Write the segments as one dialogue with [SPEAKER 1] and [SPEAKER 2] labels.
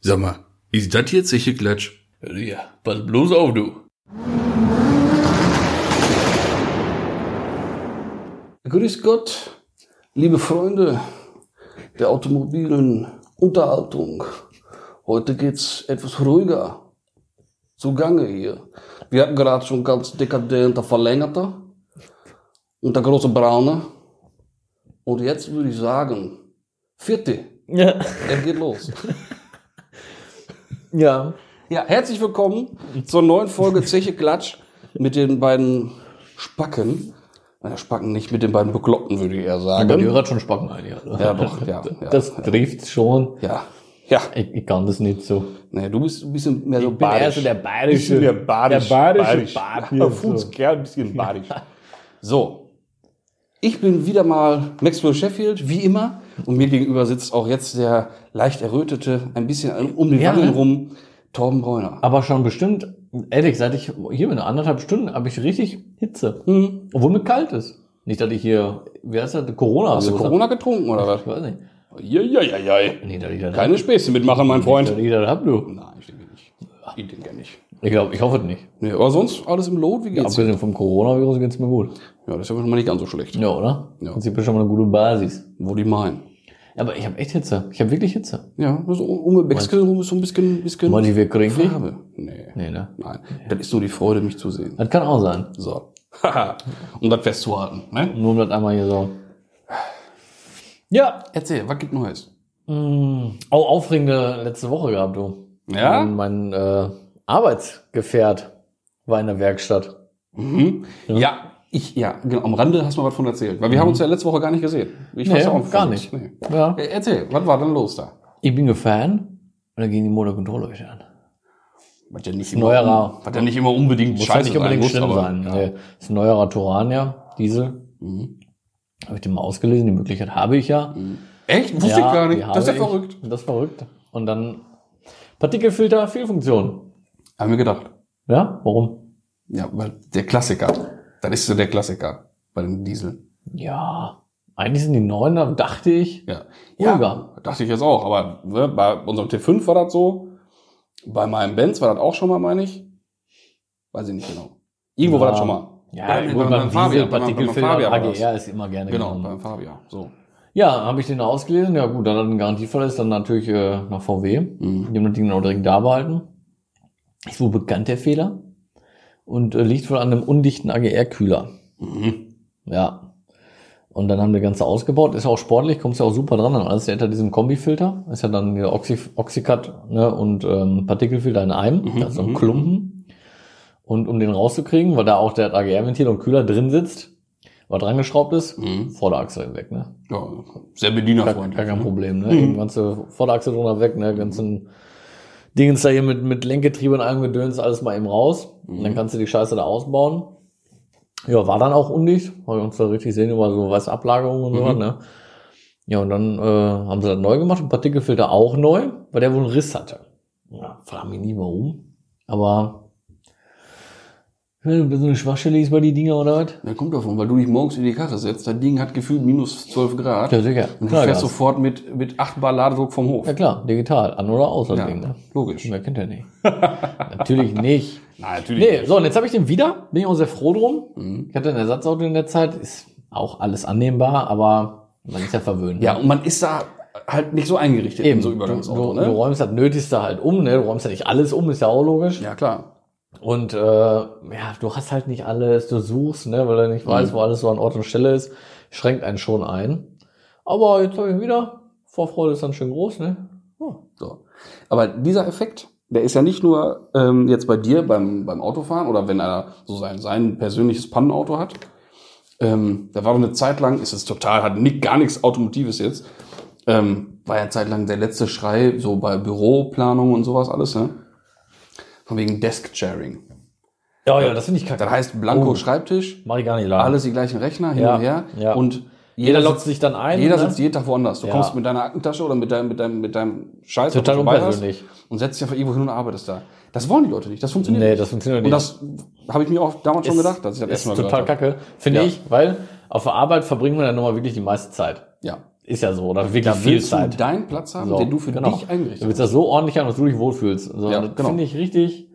[SPEAKER 1] Sag mal, ist das jetzt sicher Klatsch?
[SPEAKER 2] Ja, pass bloß auf, du.
[SPEAKER 3] Grüß Gott, liebe Freunde der automobilen Unterhaltung. Heute geht's etwas ruhiger zugange hier. Wir hatten gerade schon ganz dekadente Verlängerte und der große Braune. Und jetzt würde ich sagen, vierte,
[SPEAKER 4] Ja.
[SPEAKER 3] es geht los.
[SPEAKER 4] Ja.
[SPEAKER 3] Ja, herzlich willkommen zur neuen Folge Zeche Klatsch mit den beiden Spacken. Na, Spacken nicht, mit den beiden Bekloppten, würde ich eher
[SPEAKER 4] Aber die
[SPEAKER 3] sagen.
[SPEAKER 4] hört schon Spacken ein, ja.
[SPEAKER 3] Ja, doch, ja, ja.
[SPEAKER 4] das trifft schon.
[SPEAKER 3] Ja, ja.
[SPEAKER 4] Ich, ich kann das nicht so.
[SPEAKER 3] Nee, du bist ein bisschen mehr so
[SPEAKER 4] Ich bin eher so der bayerische.
[SPEAKER 3] Der bayerische,
[SPEAKER 4] Der bayerische
[SPEAKER 3] bayerisch.
[SPEAKER 4] Papi
[SPEAKER 3] Ja,
[SPEAKER 4] und so.
[SPEAKER 3] Fußkerl, ein bisschen badisch. So. Ich bin wieder mal Maxwell Sheffield, wie immer. Und mir gegenüber sitzt auch jetzt der leicht errötete, ein bisschen um die
[SPEAKER 4] Ja,
[SPEAKER 3] Wangen
[SPEAKER 4] ne?
[SPEAKER 3] rum, Torben Bräuner.
[SPEAKER 4] Aber schon bestimmt, ehrlich, seit ich hier bin, anderthalb Stunden, habe ich richtig Hitze.
[SPEAKER 3] Hm.
[SPEAKER 4] Obwohl mir kalt ist. Nicht, dass ich hier, wie heißt das, Also Corona
[SPEAKER 3] Hast du
[SPEAKER 4] Virus
[SPEAKER 3] Corona getrunken oder was?
[SPEAKER 4] hab. Ich weiß nicht.
[SPEAKER 3] Jajajajaj.
[SPEAKER 4] Nicht, dass ich das
[SPEAKER 3] Keine Späße mitmachen, mein
[SPEAKER 4] hab. Nicht,
[SPEAKER 3] Freund.
[SPEAKER 4] dass ich das hab, du.
[SPEAKER 3] Nein, ich denke nicht. Ich denke nicht.
[SPEAKER 4] Ich glaube, ich hoffe es nicht.
[SPEAKER 3] Nee, aber sonst alles im Lot, wie geht's? Ja,
[SPEAKER 4] Abgesehen vom Coronavirus geht's mir gut.
[SPEAKER 3] das ist ja schon mal nicht ganz so schlecht.
[SPEAKER 4] Ja, oder?
[SPEAKER 3] Ja.
[SPEAKER 4] Ja. Prinzip ist schon mal eine gute Basis.
[SPEAKER 3] Wo die meinen.
[SPEAKER 4] Aber ich habe echt Hitze. Ich habe wirklich Hitze.
[SPEAKER 3] Ja, also um Mexico rum ist so ein bisschen, bisschen
[SPEAKER 4] Manche wir krinklich?
[SPEAKER 3] Farbe. Nee.
[SPEAKER 4] Nee, ne?
[SPEAKER 3] Nein, das ist nur die Freude, mich zu sehen.
[SPEAKER 4] Das kann auch sein.
[SPEAKER 3] So. Haha. um das festzuhalten. Ne?
[SPEAKER 4] Nur um das einmal hier so. Ja.
[SPEAKER 3] Erzähl, was gibt Neues?
[SPEAKER 4] Mm, Auch aufregende letzte Woche gehabt, du.
[SPEAKER 3] Ja?
[SPEAKER 4] Mein, mein äh, Arbeitsgefährt war in der Werkstatt.
[SPEAKER 3] Mhm. Ja. Mhm. ich, ja, genau. Am Rande hast du mal was von erzählt. Weil wir haben uns ja letzte Woche gar nicht gesehen. Ich
[SPEAKER 4] Nee,
[SPEAKER 3] auch
[SPEAKER 4] gar
[SPEAKER 3] von-
[SPEAKER 4] nicht.
[SPEAKER 3] Nee.
[SPEAKER 4] Ja.
[SPEAKER 3] Äh, Erzähl, was war denn los da?
[SPEAKER 4] Ich bin gefahren und dann gingen die Motorkontrollleuchte an.
[SPEAKER 3] Was ja nicht
[SPEAKER 4] neuerer.
[SPEAKER 3] was ja nicht immer unbedingt
[SPEAKER 4] Muss
[SPEAKER 3] scheiße
[SPEAKER 4] ja nicht unbedingt
[SPEAKER 3] muss,
[SPEAKER 4] schlimm
[SPEAKER 3] aber-
[SPEAKER 4] sein. Nee. Ist ein neuerer Torania, Diesel.
[SPEAKER 3] Mhm.
[SPEAKER 4] Habe ich den mal ausgelesen. Die Möglichkeit habe ich ja.
[SPEAKER 3] Echt? Wusste ich gar nicht.
[SPEAKER 4] die
[SPEAKER 3] Das ist ja
[SPEAKER 4] habe ich.
[SPEAKER 3] verrückt.
[SPEAKER 4] Das ist verrückt. Und dann Partikelfilter, Fehlfunktion.
[SPEAKER 3] Haben wir gedacht.
[SPEAKER 4] Ja, warum?
[SPEAKER 3] Ja, weil der Klassiker. Das ist so der Klassiker bei dem Diesel.
[SPEAKER 4] Ja, eigentlich sind die Neuner, dachte ich.
[SPEAKER 3] Ja.
[SPEAKER 4] Ruhiger.
[SPEAKER 3] dachte ich jetzt auch. Aber ne, bei unserem T5 war das so. Bei meinem Benz war das auch schon mal, meine ich. Weiß ich nicht genau. Irgendwo war das schon mal.
[SPEAKER 4] Ja,
[SPEAKER 3] nee,
[SPEAKER 4] gut, beim Diesel,
[SPEAKER 3] Fabian, beim- beim
[SPEAKER 4] Partikelfilter,
[SPEAKER 3] Fabian war das.
[SPEAKER 4] AGR ist immer gerne
[SPEAKER 3] Genau,
[SPEAKER 4] genommen.
[SPEAKER 3] beim Fabian. So.
[SPEAKER 4] Ja, habe ich den ausgelesen. Ja gut, dann hat er einen Garantiefall ist dann natürlich äh, nach VW.
[SPEAKER 3] Mhm.
[SPEAKER 4] Die haben das Ding dann auch direkt da behalten. Ist wohl bekannt, der Fehler. Und äh, liegt wohl an einem undichten AGR-Kühler.
[SPEAKER 3] Mhm.
[SPEAKER 4] Ja. Und dann haben wir Ganze ausgebaut. Ist auch sportlich, kommst ja auch super dran an alles. Der hinter diesem Kombifilter ist ja dann hier Oxy, Oxycut ne, und ähm, Partikelfilter in einem. Das ist so ein Klumpen. Und um den rauszukriegen, weil da auch der AGR-Ventil und Kühler drin sitzt, weil dran geschraubt ist,
[SPEAKER 3] Mhm.
[SPEAKER 4] Vorderachse hinweg. Ne?
[SPEAKER 3] Ja, sehr
[SPEAKER 4] Gar,
[SPEAKER 3] bedienerfreundlich. Mhm.
[SPEAKER 4] gar kein Problem, ne? Die ganze Vorderachse drunter weg, ne? Ganzen Dingens da hier mit, mit Lenkgetriebe und allem Gedöns, alles mal eben raus. Und
[SPEAKER 3] Mhm.
[SPEAKER 4] dann kannst du die Scheiße da ausbauen. Ja, war dann auch undicht, weil wir uns da richtig sehen über so weiße Ablagerungen und so
[SPEAKER 3] Mhm.
[SPEAKER 4] was, ne? Ja, und dann äh, haben sie das neu gemacht, und Partikelfilter auch neu, weil der wohl einen Riss hatte. Ja, frag mich nie warum. Aber ja, so eine Schwachstelle ist bei die Dinger oder was?
[SPEAKER 3] Ja, kommt davon, weil du dich morgens in die Karre setzt. Das Ding hat gefühlt minus 12 Grad.
[SPEAKER 4] Ja, sicher.
[SPEAKER 3] Und du
[SPEAKER 4] Klar,
[SPEAKER 3] fährst
[SPEAKER 4] Gas.
[SPEAKER 3] sofort mit, mit 8 Bar Ladedruck vom Hof.
[SPEAKER 4] Ja klar, digital, an oder aus das
[SPEAKER 3] Ja,
[SPEAKER 4] Ding, ne?
[SPEAKER 3] logisch.
[SPEAKER 4] Wer kennt ja nicht. Natürlich nicht.
[SPEAKER 3] Na, natürlich.
[SPEAKER 4] Nee, so, und jetzt habe ich den wieder. Bin ich auch sehr froh drum.
[SPEAKER 3] Mhm.
[SPEAKER 4] Ich hatte ein Ersatzauto in der Zeit. Ist auch alles annehmbar, aber man ist ja verwöhnt. ne?
[SPEAKER 3] Ja, und man ist da halt nicht so eingerichtet in so Übergangsauto,
[SPEAKER 4] du, du, du
[SPEAKER 3] ne?
[SPEAKER 4] räumst das Nötigste halt um, ne? Du räumst ja nicht alles um, ist ja auch logisch.
[SPEAKER 3] Ja, klar.
[SPEAKER 4] Und äh, ja, du hast halt nicht alles, du suchst, ne, weil du nicht
[SPEAKER 3] Mhm.
[SPEAKER 4] weißt, wo alles so an Ort und Stelle ist. Schränkt einen schon ein. Aber jetzt habe ich ihn wieder. Vorfreude ist dann schön groß, ne? Oh.
[SPEAKER 3] So. Aber dieser Effekt, der ist ja nicht nur ähm, jetzt bei dir beim, beim Autofahren oder wenn er so sein, sein persönliches Pannenauto hat. Ähm, da war doch eine Zeit lang, ist es total, hat nicht, gar nichts Automotives jetzt. Ähm, war ja eine Zeit lang der letzte Schrei, so bei Büroplanung und sowas alles, ne? Von wegen Desk-Sharing.
[SPEAKER 4] Ja, ja, das finde ich kacke.
[SPEAKER 3] Das heißt Blanko-Schreibtisch,
[SPEAKER 4] Mach ich gar nicht lang.
[SPEAKER 3] alles die gleichen Rechner hin
[SPEAKER 4] Oh. Ja,
[SPEAKER 3] und her.
[SPEAKER 4] ja.
[SPEAKER 3] Und
[SPEAKER 4] Jeder
[SPEAKER 3] sitzt-
[SPEAKER 4] lockt sich dann ein.
[SPEAKER 3] Jeder
[SPEAKER 4] ne?
[SPEAKER 3] sitzt jeden Tag woanders. Du
[SPEAKER 4] Ja.
[SPEAKER 3] kommst mit deiner Aktentasche oder mit deinem, mit deinem, mit deinem Scheiß,
[SPEAKER 4] Total
[SPEAKER 3] was du dabei
[SPEAKER 4] unpersönlich.
[SPEAKER 3] hast, und setzt dich einfach irgendwo hin und arbeitest da. Das wollen die Leute nicht. Das funktioniert
[SPEAKER 4] Nee,
[SPEAKER 3] nicht.
[SPEAKER 4] das funktioniert
[SPEAKER 3] Und
[SPEAKER 4] nicht.
[SPEAKER 3] das habe ich mir auch damals schon
[SPEAKER 4] Ist-
[SPEAKER 3] gedacht, dass ich das
[SPEAKER 4] ist
[SPEAKER 3] erstmal
[SPEAKER 4] total
[SPEAKER 3] gehört habe.
[SPEAKER 4] kacke, finde
[SPEAKER 3] Ja.
[SPEAKER 4] ich, weil auf der Arbeit verbringen wir dann nochmal wirklich die meiste Zeit.
[SPEAKER 3] Ja.
[SPEAKER 4] Ist ja so, oder wirklich
[SPEAKER 3] Da
[SPEAKER 4] viel
[SPEAKER 3] willst du
[SPEAKER 4] Zeit.
[SPEAKER 3] deinen Platz haben,
[SPEAKER 4] So,
[SPEAKER 3] den du für
[SPEAKER 4] genau.
[SPEAKER 3] dich eingerichtet
[SPEAKER 4] Du willst das so ordentlich haben, dass du dich wohlfühlst. So,
[SPEAKER 3] Ja,
[SPEAKER 4] das
[SPEAKER 3] genau.
[SPEAKER 4] finde ich richtig.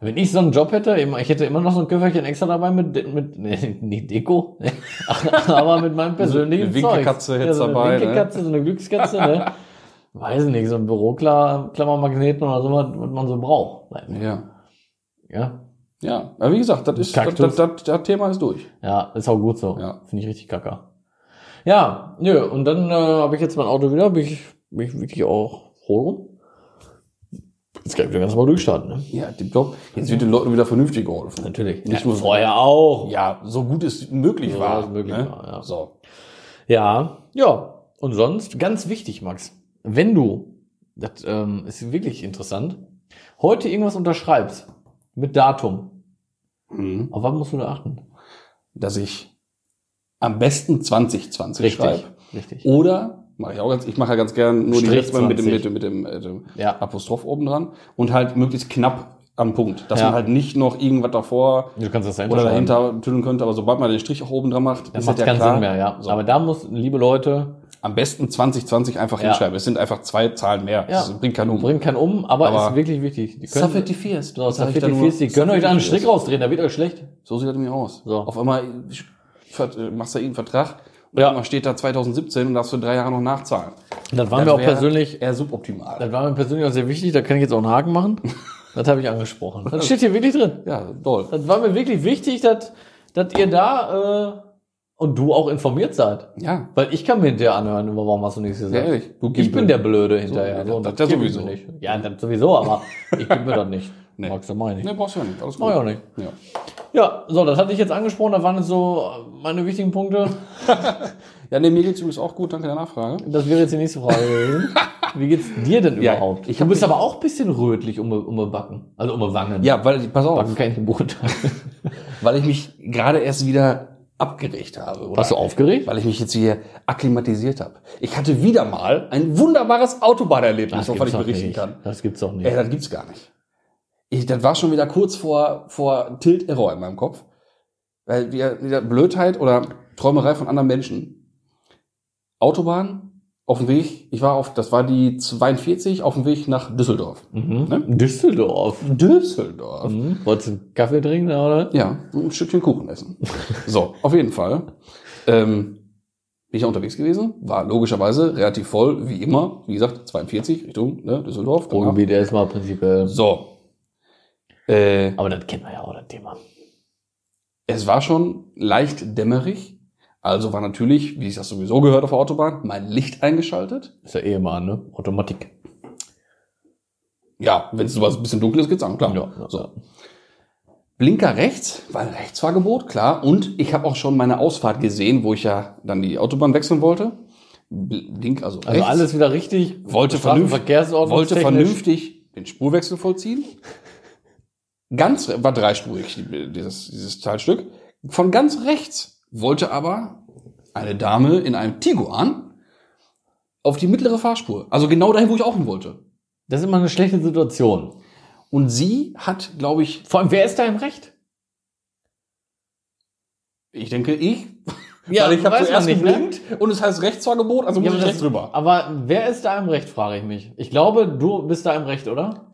[SPEAKER 4] Wenn ich so einen Job hätte, immer- ich hätte immer noch so ein Köfferchen extra dabei mit, De- mit nee, nicht Deko, ne, aber mit meinem persönlichen
[SPEAKER 3] Eine Winkelkatze
[SPEAKER 4] Zeugs.
[SPEAKER 3] hättest
[SPEAKER 4] so eine
[SPEAKER 3] dabei, ne?
[SPEAKER 4] Winkelkatze, so eine Glückskatze, ne? Weiß nicht, so ein Büroklammermagneten oder so, was was man so braucht.
[SPEAKER 3] Ja.
[SPEAKER 4] Ja,
[SPEAKER 3] Ja, aber wie gesagt, das, ist, das,
[SPEAKER 4] Kaktus.
[SPEAKER 3] das, das, das Thema ist durch.
[SPEAKER 4] ja ist auch gut so.
[SPEAKER 3] Ja.
[SPEAKER 4] Finde ich richtig kacke. Ja, nö, und dann äh, habe ich jetzt mein Auto wieder, bin ich, bin ich wirklich auch froh drum. Jetzt kann ich wieder ganz normal durchstarten, ne?
[SPEAKER 3] Ja, tipptopp. Jetzt wird den Leuten wieder vernünftig geholfen.
[SPEAKER 4] Natürlich.
[SPEAKER 3] Nicht
[SPEAKER 4] Nicht
[SPEAKER 3] nur-
[SPEAKER 4] nur vorher auch.
[SPEAKER 3] Ja, so gut es möglich
[SPEAKER 4] So
[SPEAKER 3] war.
[SPEAKER 4] gut es möglich
[SPEAKER 3] ne?
[SPEAKER 4] war, ja.
[SPEAKER 3] So.
[SPEAKER 4] Ja. Ja. Und sonst, ganz wichtig, Max, wenn du, das ähm, ist wirklich interessant, heute irgendwas unterschreibst mit Datum,
[SPEAKER 3] Mhm.
[SPEAKER 4] auf was musst du da achten?
[SPEAKER 3] Dass ich am besten 2020 schreibe.
[SPEAKER 4] Richtig.
[SPEAKER 3] Oder, mache ich auch ganz, ich mache ja ganz gern nur die
[SPEAKER 4] Strich
[SPEAKER 3] letzte Mal mit dem,
[SPEAKER 4] 20.
[SPEAKER 3] mit dem, mit dem, äh, dem
[SPEAKER 4] Ja.
[SPEAKER 3] Apostroph oben dran und halt möglichst knapp am Punkt. Dass
[SPEAKER 4] Ja.
[SPEAKER 3] man halt nicht noch irgendwas davor
[SPEAKER 4] Du kannst das dahinter
[SPEAKER 3] oder
[SPEAKER 4] schreiben.
[SPEAKER 3] dahinter tüdeln könnte, aber sobald man den Strich auch oben dran macht,
[SPEAKER 4] Das macht keinen Sinn mehr, ja.
[SPEAKER 3] So.
[SPEAKER 4] Aber da muss, liebe Leute,
[SPEAKER 3] Am besten 2020 einfach
[SPEAKER 4] Ja.
[SPEAKER 3] hinschreiben. Es sind einfach zwei Zahlen mehr.
[SPEAKER 4] Ja.
[SPEAKER 3] Das bringt keinen um.
[SPEAKER 4] bringt keinen um, aber,
[SPEAKER 3] Aber-
[SPEAKER 4] ist wirklich wichtig. Die
[SPEAKER 3] Safety Fierst.
[SPEAKER 4] so,
[SPEAKER 3] Sag ich
[SPEAKER 4] Safety
[SPEAKER 3] da nur.
[SPEAKER 4] Fierst, die können euch da einen
[SPEAKER 3] Safety
[SPEAKER 4] Strick
[SPEAKER 3] Fierst.
[SPEAKER 4] rausdrehen, da wird euch schlecht.
[SPEAKER 3] So sieht das nämlich aus.
[SPEAKER 4] So.
[SPEAKER 3] Auf einmal ver- äh, machst du irgendeinen Vertrag und
[SPEAKER 4] Ja.
[SPEAKER 3] auf einmal steht da 2017 und darfst du drei Jahre noch nachzahlen.
[SPEAKER 4] Das waren
[SPEAKER 3] Das
[SPEAKER 4] wir auch
[SPEAKER 3] wär
[SPEAKER 4] persönlich
[SPEAKER 3] eher suboptimal.
[SPEAKER 4] Das war mir persönlich auch sehr wichtig, da kann ich jetzt auch einen Haken machen. Das habe ich angesprochen. Das steht hier wirklich drin.
[SPEAKER 3] ja, toll.
[SPEAKER 4] Das war mir wirklich wichtig, dass, dass ihr da äh, und du auch informiert seid.
[SPEAKER 3] Ja,
[SPEAKER 4] Weil ich kann mir hinterher anhören, über warum hast du nichts
[SPEAKER 3] sehr
[SPEAKER 4] gesagt.
[SPEAKER 3] ehrlich. Du
[SPEAKER 4] ich bin der Blöde hinterher.
[SPEAKER 3] So,
[SPEAKER 4] So,
[SPEAKER 3] das-
[SPEAKER 4] das
[SPEAKER 3] das
[SPEAKER 4] geb ich
[SPEAKER 3] sowieso.
[SPEAKER 4] mir Nicht. Ja, das sowieso, aber ich gebe mir das nicht.
[SPEAKER 3] Nee.
[SPEAKER 4] Magst du meine ich.
[SPEAKER 3] Ne, brauchst du ja nicht. Alles
[SPEAKER 4] Mach ich auch nicht.
[SPEAKER 3] Ja.
[SPEAKER 4] Ja, so, das hatte ich jetzt angesprochen, da waren jetzt so meine wichtigen Punkte.
[SPEAKER 3] ja, nee, mir geht's übrigens auch gut. Danke der Nachfrage.
[SPEAKER 4] Das wäre jetzt die nächste Frage gewesen. Wie geht's dir denn
[SPEAKER 3] Ja,
[SPEAKER 4] überhaupt?
[SPEAKER 3] ich
[SPEAKER 4] du
[SPEAKER 3] hab
[SPEAKER 4] bist
[SPEAKER 3] mich-
[SPEAKER 4] aber auch ein bisschen rötlich um, um die Backen. Also um die Wangen.
[SPEAKER 3] Ja, weil, pass auf,
[SPEAKER 4] Backen kann ich nicht beurteilen.
[SPEAKER 3] weil ich mich gerade erst wieder abgeregt habe. Oder?
[SPEAKER 4] Warst du aufgeregt?
[SPEAKER 3] weil ich mich jetzt hier akklimatisiert habe. Ich hatte wieder mal ein wunderbares Autobahnerlebnis, auf was ich
[SPEAKER 4] doch
[SPEAKER 3] berichten
[SPEAKER 4] nicht.
[SPEAKER 3] kann. Äh,
[SPEAKER 4] Das gibt's doch nicht.
[SPEAKER 3] Ey, das gibt's gar nicht. Ich, das war schon wieder kurz vor, vor Tilt-Error in meinem Kopf. Weil wir, wieder Blödheit oder Träumerei von anderen Menschen. Autobahn, auf dem Weg, ich war auf, das war die 42, auf dem Weg nach Düsseldorf.
[SPEAKER 4] mhm.
[SPEAKER 3] ne?
[SPEAKER 4] Düsseldorf.
[SPEAKER 3] Düsseldorf?
[SPEAKER 4] Mhm. Wolltest du einen Kaffee trinken oder?
[SPEAKER 3] Ja, und ein Stückchen Kuchen essen. So, auf jeden Fall. Ähm, bin ich ja unterwegs gewesen, war logischerweise relativ voll, wie immer. Wie gesagt, 42 Richtung ne, Düsseldorf. danach.
[SPEAKER 4] Ruhrgebiet erstmal prinzipiell.
[SPEAKER 3] So. Äh,
[SPEAKER 4] Aber das kennen wir ja auch, das Thema.
[SPEAKER 3] es war schon leicht dämmerig. Also war natürlich, wie ich das sowieso gehört auf der Autobahn, mein Licht eingeschaltet.
[SPEAKER 4] Ist ja eh mal, ne? Automatik.
[SPEAKER 3] Ja, wenn es sowas ein bisschen dunkel ist, geht's an, klar. So. Blinker rechts, weil Rechtsfahrgebot, klar. Und ich habe auch schon meine Ausfahrt gesehen, wo ich ja dann die Autobahn wechseln wollte. Bl- Blink, also rechts.
[SPEAKER 4] Also alles wieder richtig.
[SPEAKER 3] wollte vernünftig,
[SPEAKER 4] Straßenverkehrsordnung.
[SPEAKER 3] wollte vernünftig den Spurwechsel vollziehen. Ganz re- war dreispurig die- dieses, dieses Teilstück. Von ganz rechts wollte aber eine Dame in einem Tiguan auf die mittlere Fahrspur, also genau dahin, wo ich auch hin wollte.
[SPEAKER 4] Das ist immer eine schlechte Situation.
[SPEAKER 3] Und sie hat, glaube ich,
[SPEAKER 4] Vor allem, wer ist da im Recht?
[SPEAKER 3] ich denke ich,
[SPEAKER 4] Ja,
[SPEAKER 3] weil ich habe
[SPEAKER 4] weiß man
[SPEAKER 3] zuerst
[SPEAKER 4] nicht, ne?
[SPEAKER 3] geblinkt und es heißt Rechtsfahrgebot, also muss
[SPEAKER 4] aber
[SPEAKER 3] ich
[SPEAKER 4] das-
[SPEAKER 3] rechts rüber.
[SPEAKER 4] Aber wer ist da im Recht, frage ich mich. Ich glaube, du bist da im Recht, oder?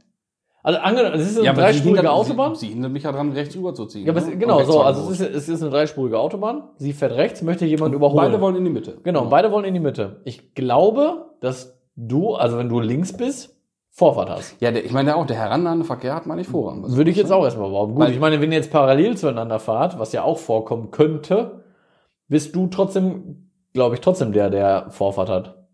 [SPEAKER 4] Also angenommen, es ist eine
[SPEAKER 3] aber sie
[SPEAKER 4] dreispurige
[SPEAKER 3] hindert-
[SPEAKER 4] Autobahn.
[SPEAKER 3] Sie, sie hindert mich ja dran, rechts rüber zu ziehen.
[SPEAKER 4] Ja, aber
[SPEAKER 3] ne?
[SPEAKER 4] es, genau,
[SPEAKER 3] Und
[SPEAKER 4] so. Also
[SPEAKER 3] Rechtsfahrgebot.
[SPEAKER 4] es ist, es ist eine dreispurige Autobahn. Sie fährt rechts, möchte jemand überholen.
[SPEAKER 3] Beide wollen in die Mitte.
[SPEAKER 4] genau, beide wollen in die Mitte. Ich glaube, dass du, also wenn du links bist, Vorfahrt hast.
[SPEAKER 3] Ja, der, ich meine ja auch, der herannahende Verkehr hat man Also nicht Vorrang. Was-
[SPEAKER 4] Würde ich jetzt auch erstmal behaupten. Gut,
[SPEAKER 3] Weil-
[SPEAKER 4] ich meine, wenn ihr jetzt parallel zueinander fahrt, was ja auch vorkommen könnte, bist du trotzdem, glaube ich, trotzdem der, der Vorfahrt hat.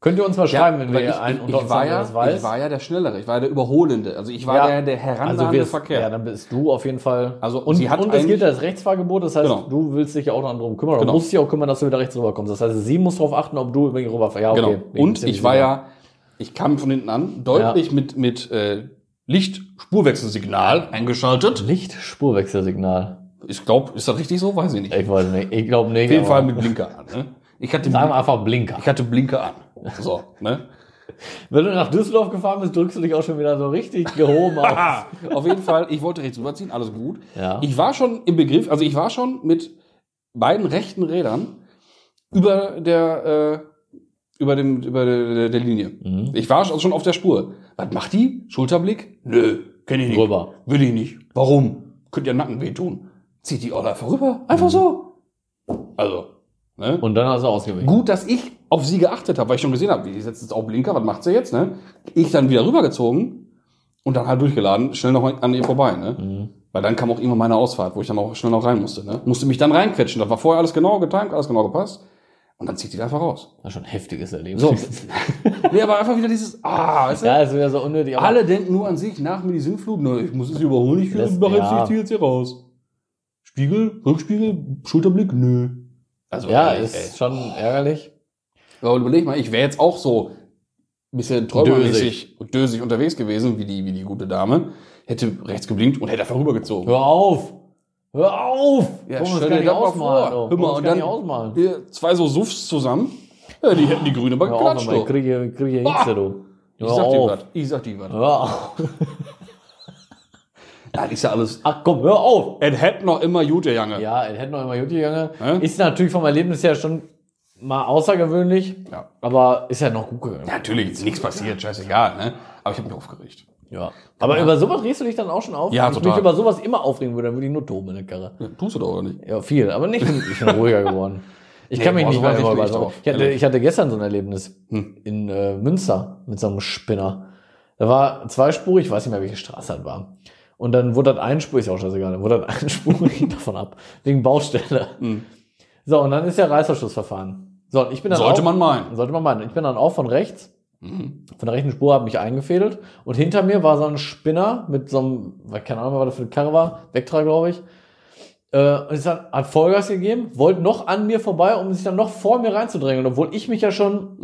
[SPEAKER 4] Könnt ihr uns mal schreiben, wenn
[SPEAKER 3] weil
[SPEAKER 4] wir
[SPEAKER 3] ich,
[SPEAKER 4] einen
[SPEAKER 3] ich, ich war
[SPEAKER 4] uns
[SPEAKER 3] ja,
[SPEAKER 4] das weiß.
[SPEAKER 3] Ich war ja der Schnellere, ich war ja der Überholende. Also ich war
[SPEAKER 4] Ja.
[SPEAKER 3] der, der herannahende
[SPEAKER 4] also wir,
[SPEAKER 3] Verkehr.
[SPEAKER 4] ja, dann bist du auf jeden Fall.
[SPEAKER 3] Also
[SPEAKER 4] und,
[SPEAKER 3] sie hat
[SPEAKER 4] und es
[SPEAKER 3] eigentlich-
[SPEAKER 4] gilt als Rechtsfahrgebot, das heißt,
[SPEAKER 3] Genau.
[SPEAKER 4] du willst dich ja auch noch drum kümmern oder
[SPEAKER 3] Genau.
[SPEAKER 4] musst dich auch kümmern, dass du wieder rechts rüberkommst. Das heißt, sie muss darauf achten, ob du irgendwie rüberfährst. Ja,
[SPEAKER 3] genau.
[SPEAKER 4] bin
[SPEAKER 3] Und
[SPEAKER 4] ziemlich
[SPEAKER 3] ich war
[SPEAKER 4] sicher.
[SPEAKER 3] ja, ich kam von hinten an, deutlich mit, mit äh, Licht-Spurwechselsignal eingeschaltet.
[SPEAKER 4] Licht, Spurwechselsignal.
[SPEAKER 3] Ich glaube, ist das richtig so? Weiß ich nicht.
[SPEAKER 4] Ich weiß nicht. Ich glaube nicht.
[SPEAKER 3] Auf jeden
[SPEAKER 4] aber-
[SPEAKER 3] Fall mit Blinker an. Ne? Ich, hatte,
[SPEAKER 4] Sagen wir einfach Blinker.
[SPEAKER 3] ich hatte Blinker an. So, ne?
[SPEAKER 4] Wenn du nach Düsseldorf gefahren bist, drückst du dich auch schon wieder so richtig gehoben auf.
[SPEAKER 3] Auf jeden Fall, ich wollte rechts rüberziehen, alles gut.
[SPEAKER 4] Ja.
[SPEAKER 3] Ich war schon im Begriff, also ich war schon mit beiden rechten Rädern über der äh, über dem über der, der Linie.
[SPEAKER 4] Mhm.
[SPEAKER 3] Ich war also schon auf der Spur. Was macht die? Schulterblick? Nö, kenn ich nicht.
[SPEAKER 4] Rüber.
[SPEAKER 3] Will ich nicht. Warum? Könnte ja Nacken wehtun. Zieht die Order vorüber. Einfach so. Also, ne?
[SPEAKER 4] Und dann hast du ausgewichen.
[SPEAKER 3] Gut, dass ich auf sie geachtet habe, weil ich schon gesehen habe, wie die setzt jetzt auf Blinker, was macht sie jetzt, ne? Ich dann wieder rübergezogen und dann halt durchgeladen, schnell noch an ihr vorbei, ne?
[SPEAKER 4] Mhm.
[SPEAKER 3] Weil dann kam auch immer meine Ausfahrt, wo ich dann auch schnell noch rein musste, ne? Musste mich dann reinquetschen, das war vorher alles genau getimt, alles genau gepasst. Und dann zieht die da einfach raus.
[SPEAKER 4] Das ist schon ein heftiges Erleben.
[SPEAKER 3] So. nee, aber einfach wieder dieses, ah, weißt du?
[SPEAKER 4] ja, ist wieder so unnötig. aber-
[SPEAKER 3] Alle denken nur an sich, nach mir die Sinnflut, ne, ich muss es überholen, ich
[SPEAKER 4] Das-
[SPEAKER 3] mache jetzt,
[SPEAKER 4] ja.
[SPEAKER 3] ich zieh jetzt hier raus. Spiegel, Rückspiegel, Schulterblick, nö. Also,
[SPEAKER 4] ja,
[SPEAKER 3] ey,
[SPEAKER 4] ist
[SPEAKER 3] ey.
[SPEAKER 4] schon ärgerlich.
[SPEAKER 3] Aber überleg mal, ich wäre jetzt auch so ein bisschen träumermäßig und dösig unterwegs gewesen, wie die, wie die gute Dame. Hätte rechts geblinkt und hätte einfach rübergezogen.
[SPEAKER 4] Hör auf! Hör auf!
[SPEAKER 3] Ja,
[SPEAKER 4] Wollen wir uns
[SPEAKER 3] stell
[SPEAKER 4] gar
[SPEAKER 3] dir
[SPEAKER 4] nicht
[SPEAKER 3] das mal
[SPEAKER 4] ausmalen,
[SPEAKER 3] vor.
[SPEAKER 4] oh.
[SPEAKER 3] Hör mal,
[SPEAKER 4] Wollen wir uns
[SPEAKER 3] und
[SPEAKER 4] gar nicht
[SPEAKER 3] dann-
[SPEAKER 4] ausmalen.
[SPEAKER 3] Hier, zwei so Suffs zusammen, ja, die hätten die Grüne mal
[SPEAKER 4] Hör auf,
[SPEAKER 3] geklatscht.
[SPEAKER 4] nochmal, ich
[SPEAKER 3] doch.
[SPEAKER 4] kriege hier, krieg hier
[SPEAKER 3] Ah!
[SPEAKER 4] Hitze, du.
[SPEAKER 3] Ich
[SPEAKER 4] Hör
[SPEAKER 3] sag dir
[SPEAKER 4] auf.
[SPEAKER 3] was, ich sag dir was.
[SPEAKER 4] Hör auf.
[SPEAKER 3] Nein, ist ja alles.
[SPEAKER 4] Ach komm, hör auf!
[SPEAKER 3] Es hätte noch immer Jute, Jange.
[SPEAKER 4] Ja, es hätte noch immer gut
[SPEAKER 3] Hä?
[SPEAKER 4] gegangen. Ist natürlich vom Erlebnis her schon mal außergewöhnlich,
[SPEAKER 3] Ja.
[SPEAKER 4] aber ist ja noch gut gegangen.
[SPEAKER 3] Natürlich, ist nichts passiert, scheißegal, ne? Aber ich habe mich aufgeregt.
[SPEAKER 4] Ja. Aber über sowas regst du dich dann auch schon auf?
[SPEAKER 3] Ja,
[SPEAKER 4] Wenn ich
[SPEAKER 3] total.
[SPEAKER 4] mich über sowas immer aufregen würde, dann würde ich nur toben in der Karre.
[SPEAKER 3] Ja, tust du doch, oder nicht?
[SPEAKER 4] Ja, viel, aber nicht. Ich bin ruhiger geworden. Ich kann
[SPEAKER 3] Nee,
[SPEAKER 4] mich nicht
[SPEAKER 3] boah,
[SPEAKER 4] mehr
[SPEAKER 3] sowas
[SPEAKER 4] immer
[SPEAKER 3] ich
[SPEAKER 4] über
[SPEAKER 3] nicht
[SPEAKER 4] so.
[SPEAKER 3] drauf,
[SPEAKER 4] Ich hatte,
[SPEAKER 3] ehrlich.
[SPEAKER 4] ich hatte gestern so ein Erlebnis
[SPEAKER 3] Hm.
[SPEAKER 4] in äh, Münster mit so einem Spinner. Da war zweispurig, ich weiß nicht mehr, welche Straße das war. Und dann wurde das einspurig, ist ja auch scheißegal, dann wurde das einspurig davon ab. Wegen Baustelle.
[SPEAKER 3] Hm.
[SPEAKER 4] So, und dann ist ja Reißverschlussverfahren. So, und ich bin dann
[SPEAKER 3] Sollte
[SPEAKER 4] auch,
[SPEAKER 3] man meinen.
[SPEAKER 4] Sollte man meinen. Ich bin dann auch von rechts,
[SPEAKER 3] Mhm.
[SPEAKER 4] von der rechten Spur, habe mich eingefädelt. Und hinter mir war so ein Spinner mit so einem, weil keine Ahnung, was das für eine Karre war, Vectra, glaube ich. Äh, und ist dann, hat Vollgas gegeben, wollte noch an mir vorbei, um sich dann noch vor mir reinzudrängen. Und obwohl ich mich ja schon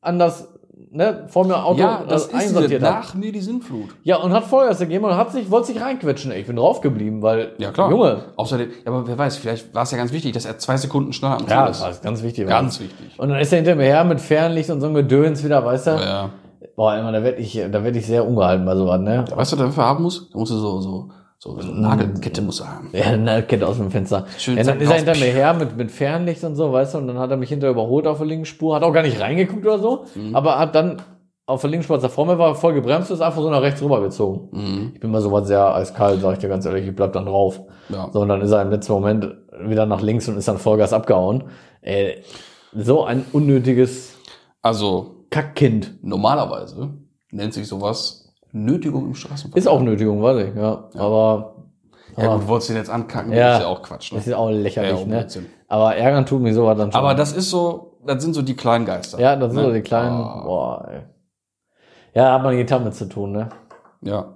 [SPEAKER 4] an das, ne, vor mir Auto
[SPEAKER 3] Mhm. Ja, das
[SPEAKER 4] äh,
[SPEAKER 3] ist diese,
[SPEAKER 4] hab.
[SPEAKER 3] nach mir die Sinnflut.
[SPEAKER 4] Ja, und hat Vollgas gegeben und hat sich, wollte sich reinquetschen. Ey, ich bin draufgeblieben, weil,
[SPEAKER 3] Ja, klar.
[SPEAKER 4] Junge.
[SPEAKER 3] Außerdem, ja, aber wer weiß, vielleicht war es ja ganz wichtig, dass er zwei Sekunden schneller am
[SPEAKER 4] Ja,
[SPEAKER 3] Ziel
[SPEAKER 4] das war ganz wichtig.
[SPEAKER 3] Ganz wichtig.
[SPEAKER 4] Und dann ist er hinter mir her mit Fernlicht und so einem Gedöns wieder, weißt du?
[SPEAKER 3] Ja.
[SPEAKER 4] Boah, immer, da werd ich, da werd ich sehr ungehalten bei sowas, ne?
[SPEAKER 3] Weißt du, was er dafür haben muss? Da musst du so, so, so, so eine Nagelkette muss er haben.
[SPEAKER 4] Ja, eine Nailkette aus dem Fenster.
[SPEAKER 3] Schön
[SPEAKER 4] ja, dann
[SPEAKER 3] zack,
[SPEAKER 4] ist er
[SPEAKER 3] raus.
[SPEAKER 4] hinter mir her mit, mit Fernlicht und so, weißt du, und dann hat er mich hinterher überholt auf der linken Spur, hat auch gar nicht reingeguckt oder so,
[SPEAKER 3] Mhm.
[SPEAKER 4] aber hat dann auf der linken Spur, als er vor mir war, voll gebremst und ist einfach so nach rechts rübergezogen.
[SPEAKER 3] Mhm.
[SPEAKER 4] Ich bin mal sowas sehr eiskalt, sag ich dir ganz ehrlich, ich bleib dann drauf.
[SPEAKER 3] Ja.
[SPEAKER 4] So, und dann ist er im letzten Moment wieder nach links und ist dann Vollgas abgehauen. Ey, so ein unnötiges
[SPEAKER 3] Also,
[SPEAKER 4] Kackkind.
[SPEAKER 3] normalerweise nennt sich sowas Nötigung im Straßenverkehr.
[SPEAKER 4] Ist auch Nötigung, weiß ich, ja. Aber
[SPEAKER 3] Ja, gut, wolltest du den jetzt ankacken,
[SPEAKER 4] Ja.
[SPEAKER 3] das ist ja auch Quatsch.
[SPEAKER 4] Das
[SPEAKER 3] Ne?
[SPEAKER 4] ist auch
[SPEAKER 3] Ja,
[SPEAKER 4] lächerlich,
[SPEAKER 3] auch
[SPEAKER 4] ne?
[SPEAKER 3] Blödsinn.
[SPEAKER 4] Aber ärgern tut mir sowas dann schon.
[SPEAKER 3] Aber das ist so, das sind so die kleinen Geister.
[SPEAKER 4] ja, das sind
[SPEAKER 3] ne?
[SPEAKER 4] so die kleinen,
[SPEAKER 3] Ah,
[SPEAKER 4] boah, ey. Ja, hat man getan mit zu tun, ne?
[SPEAKER 3] Ja.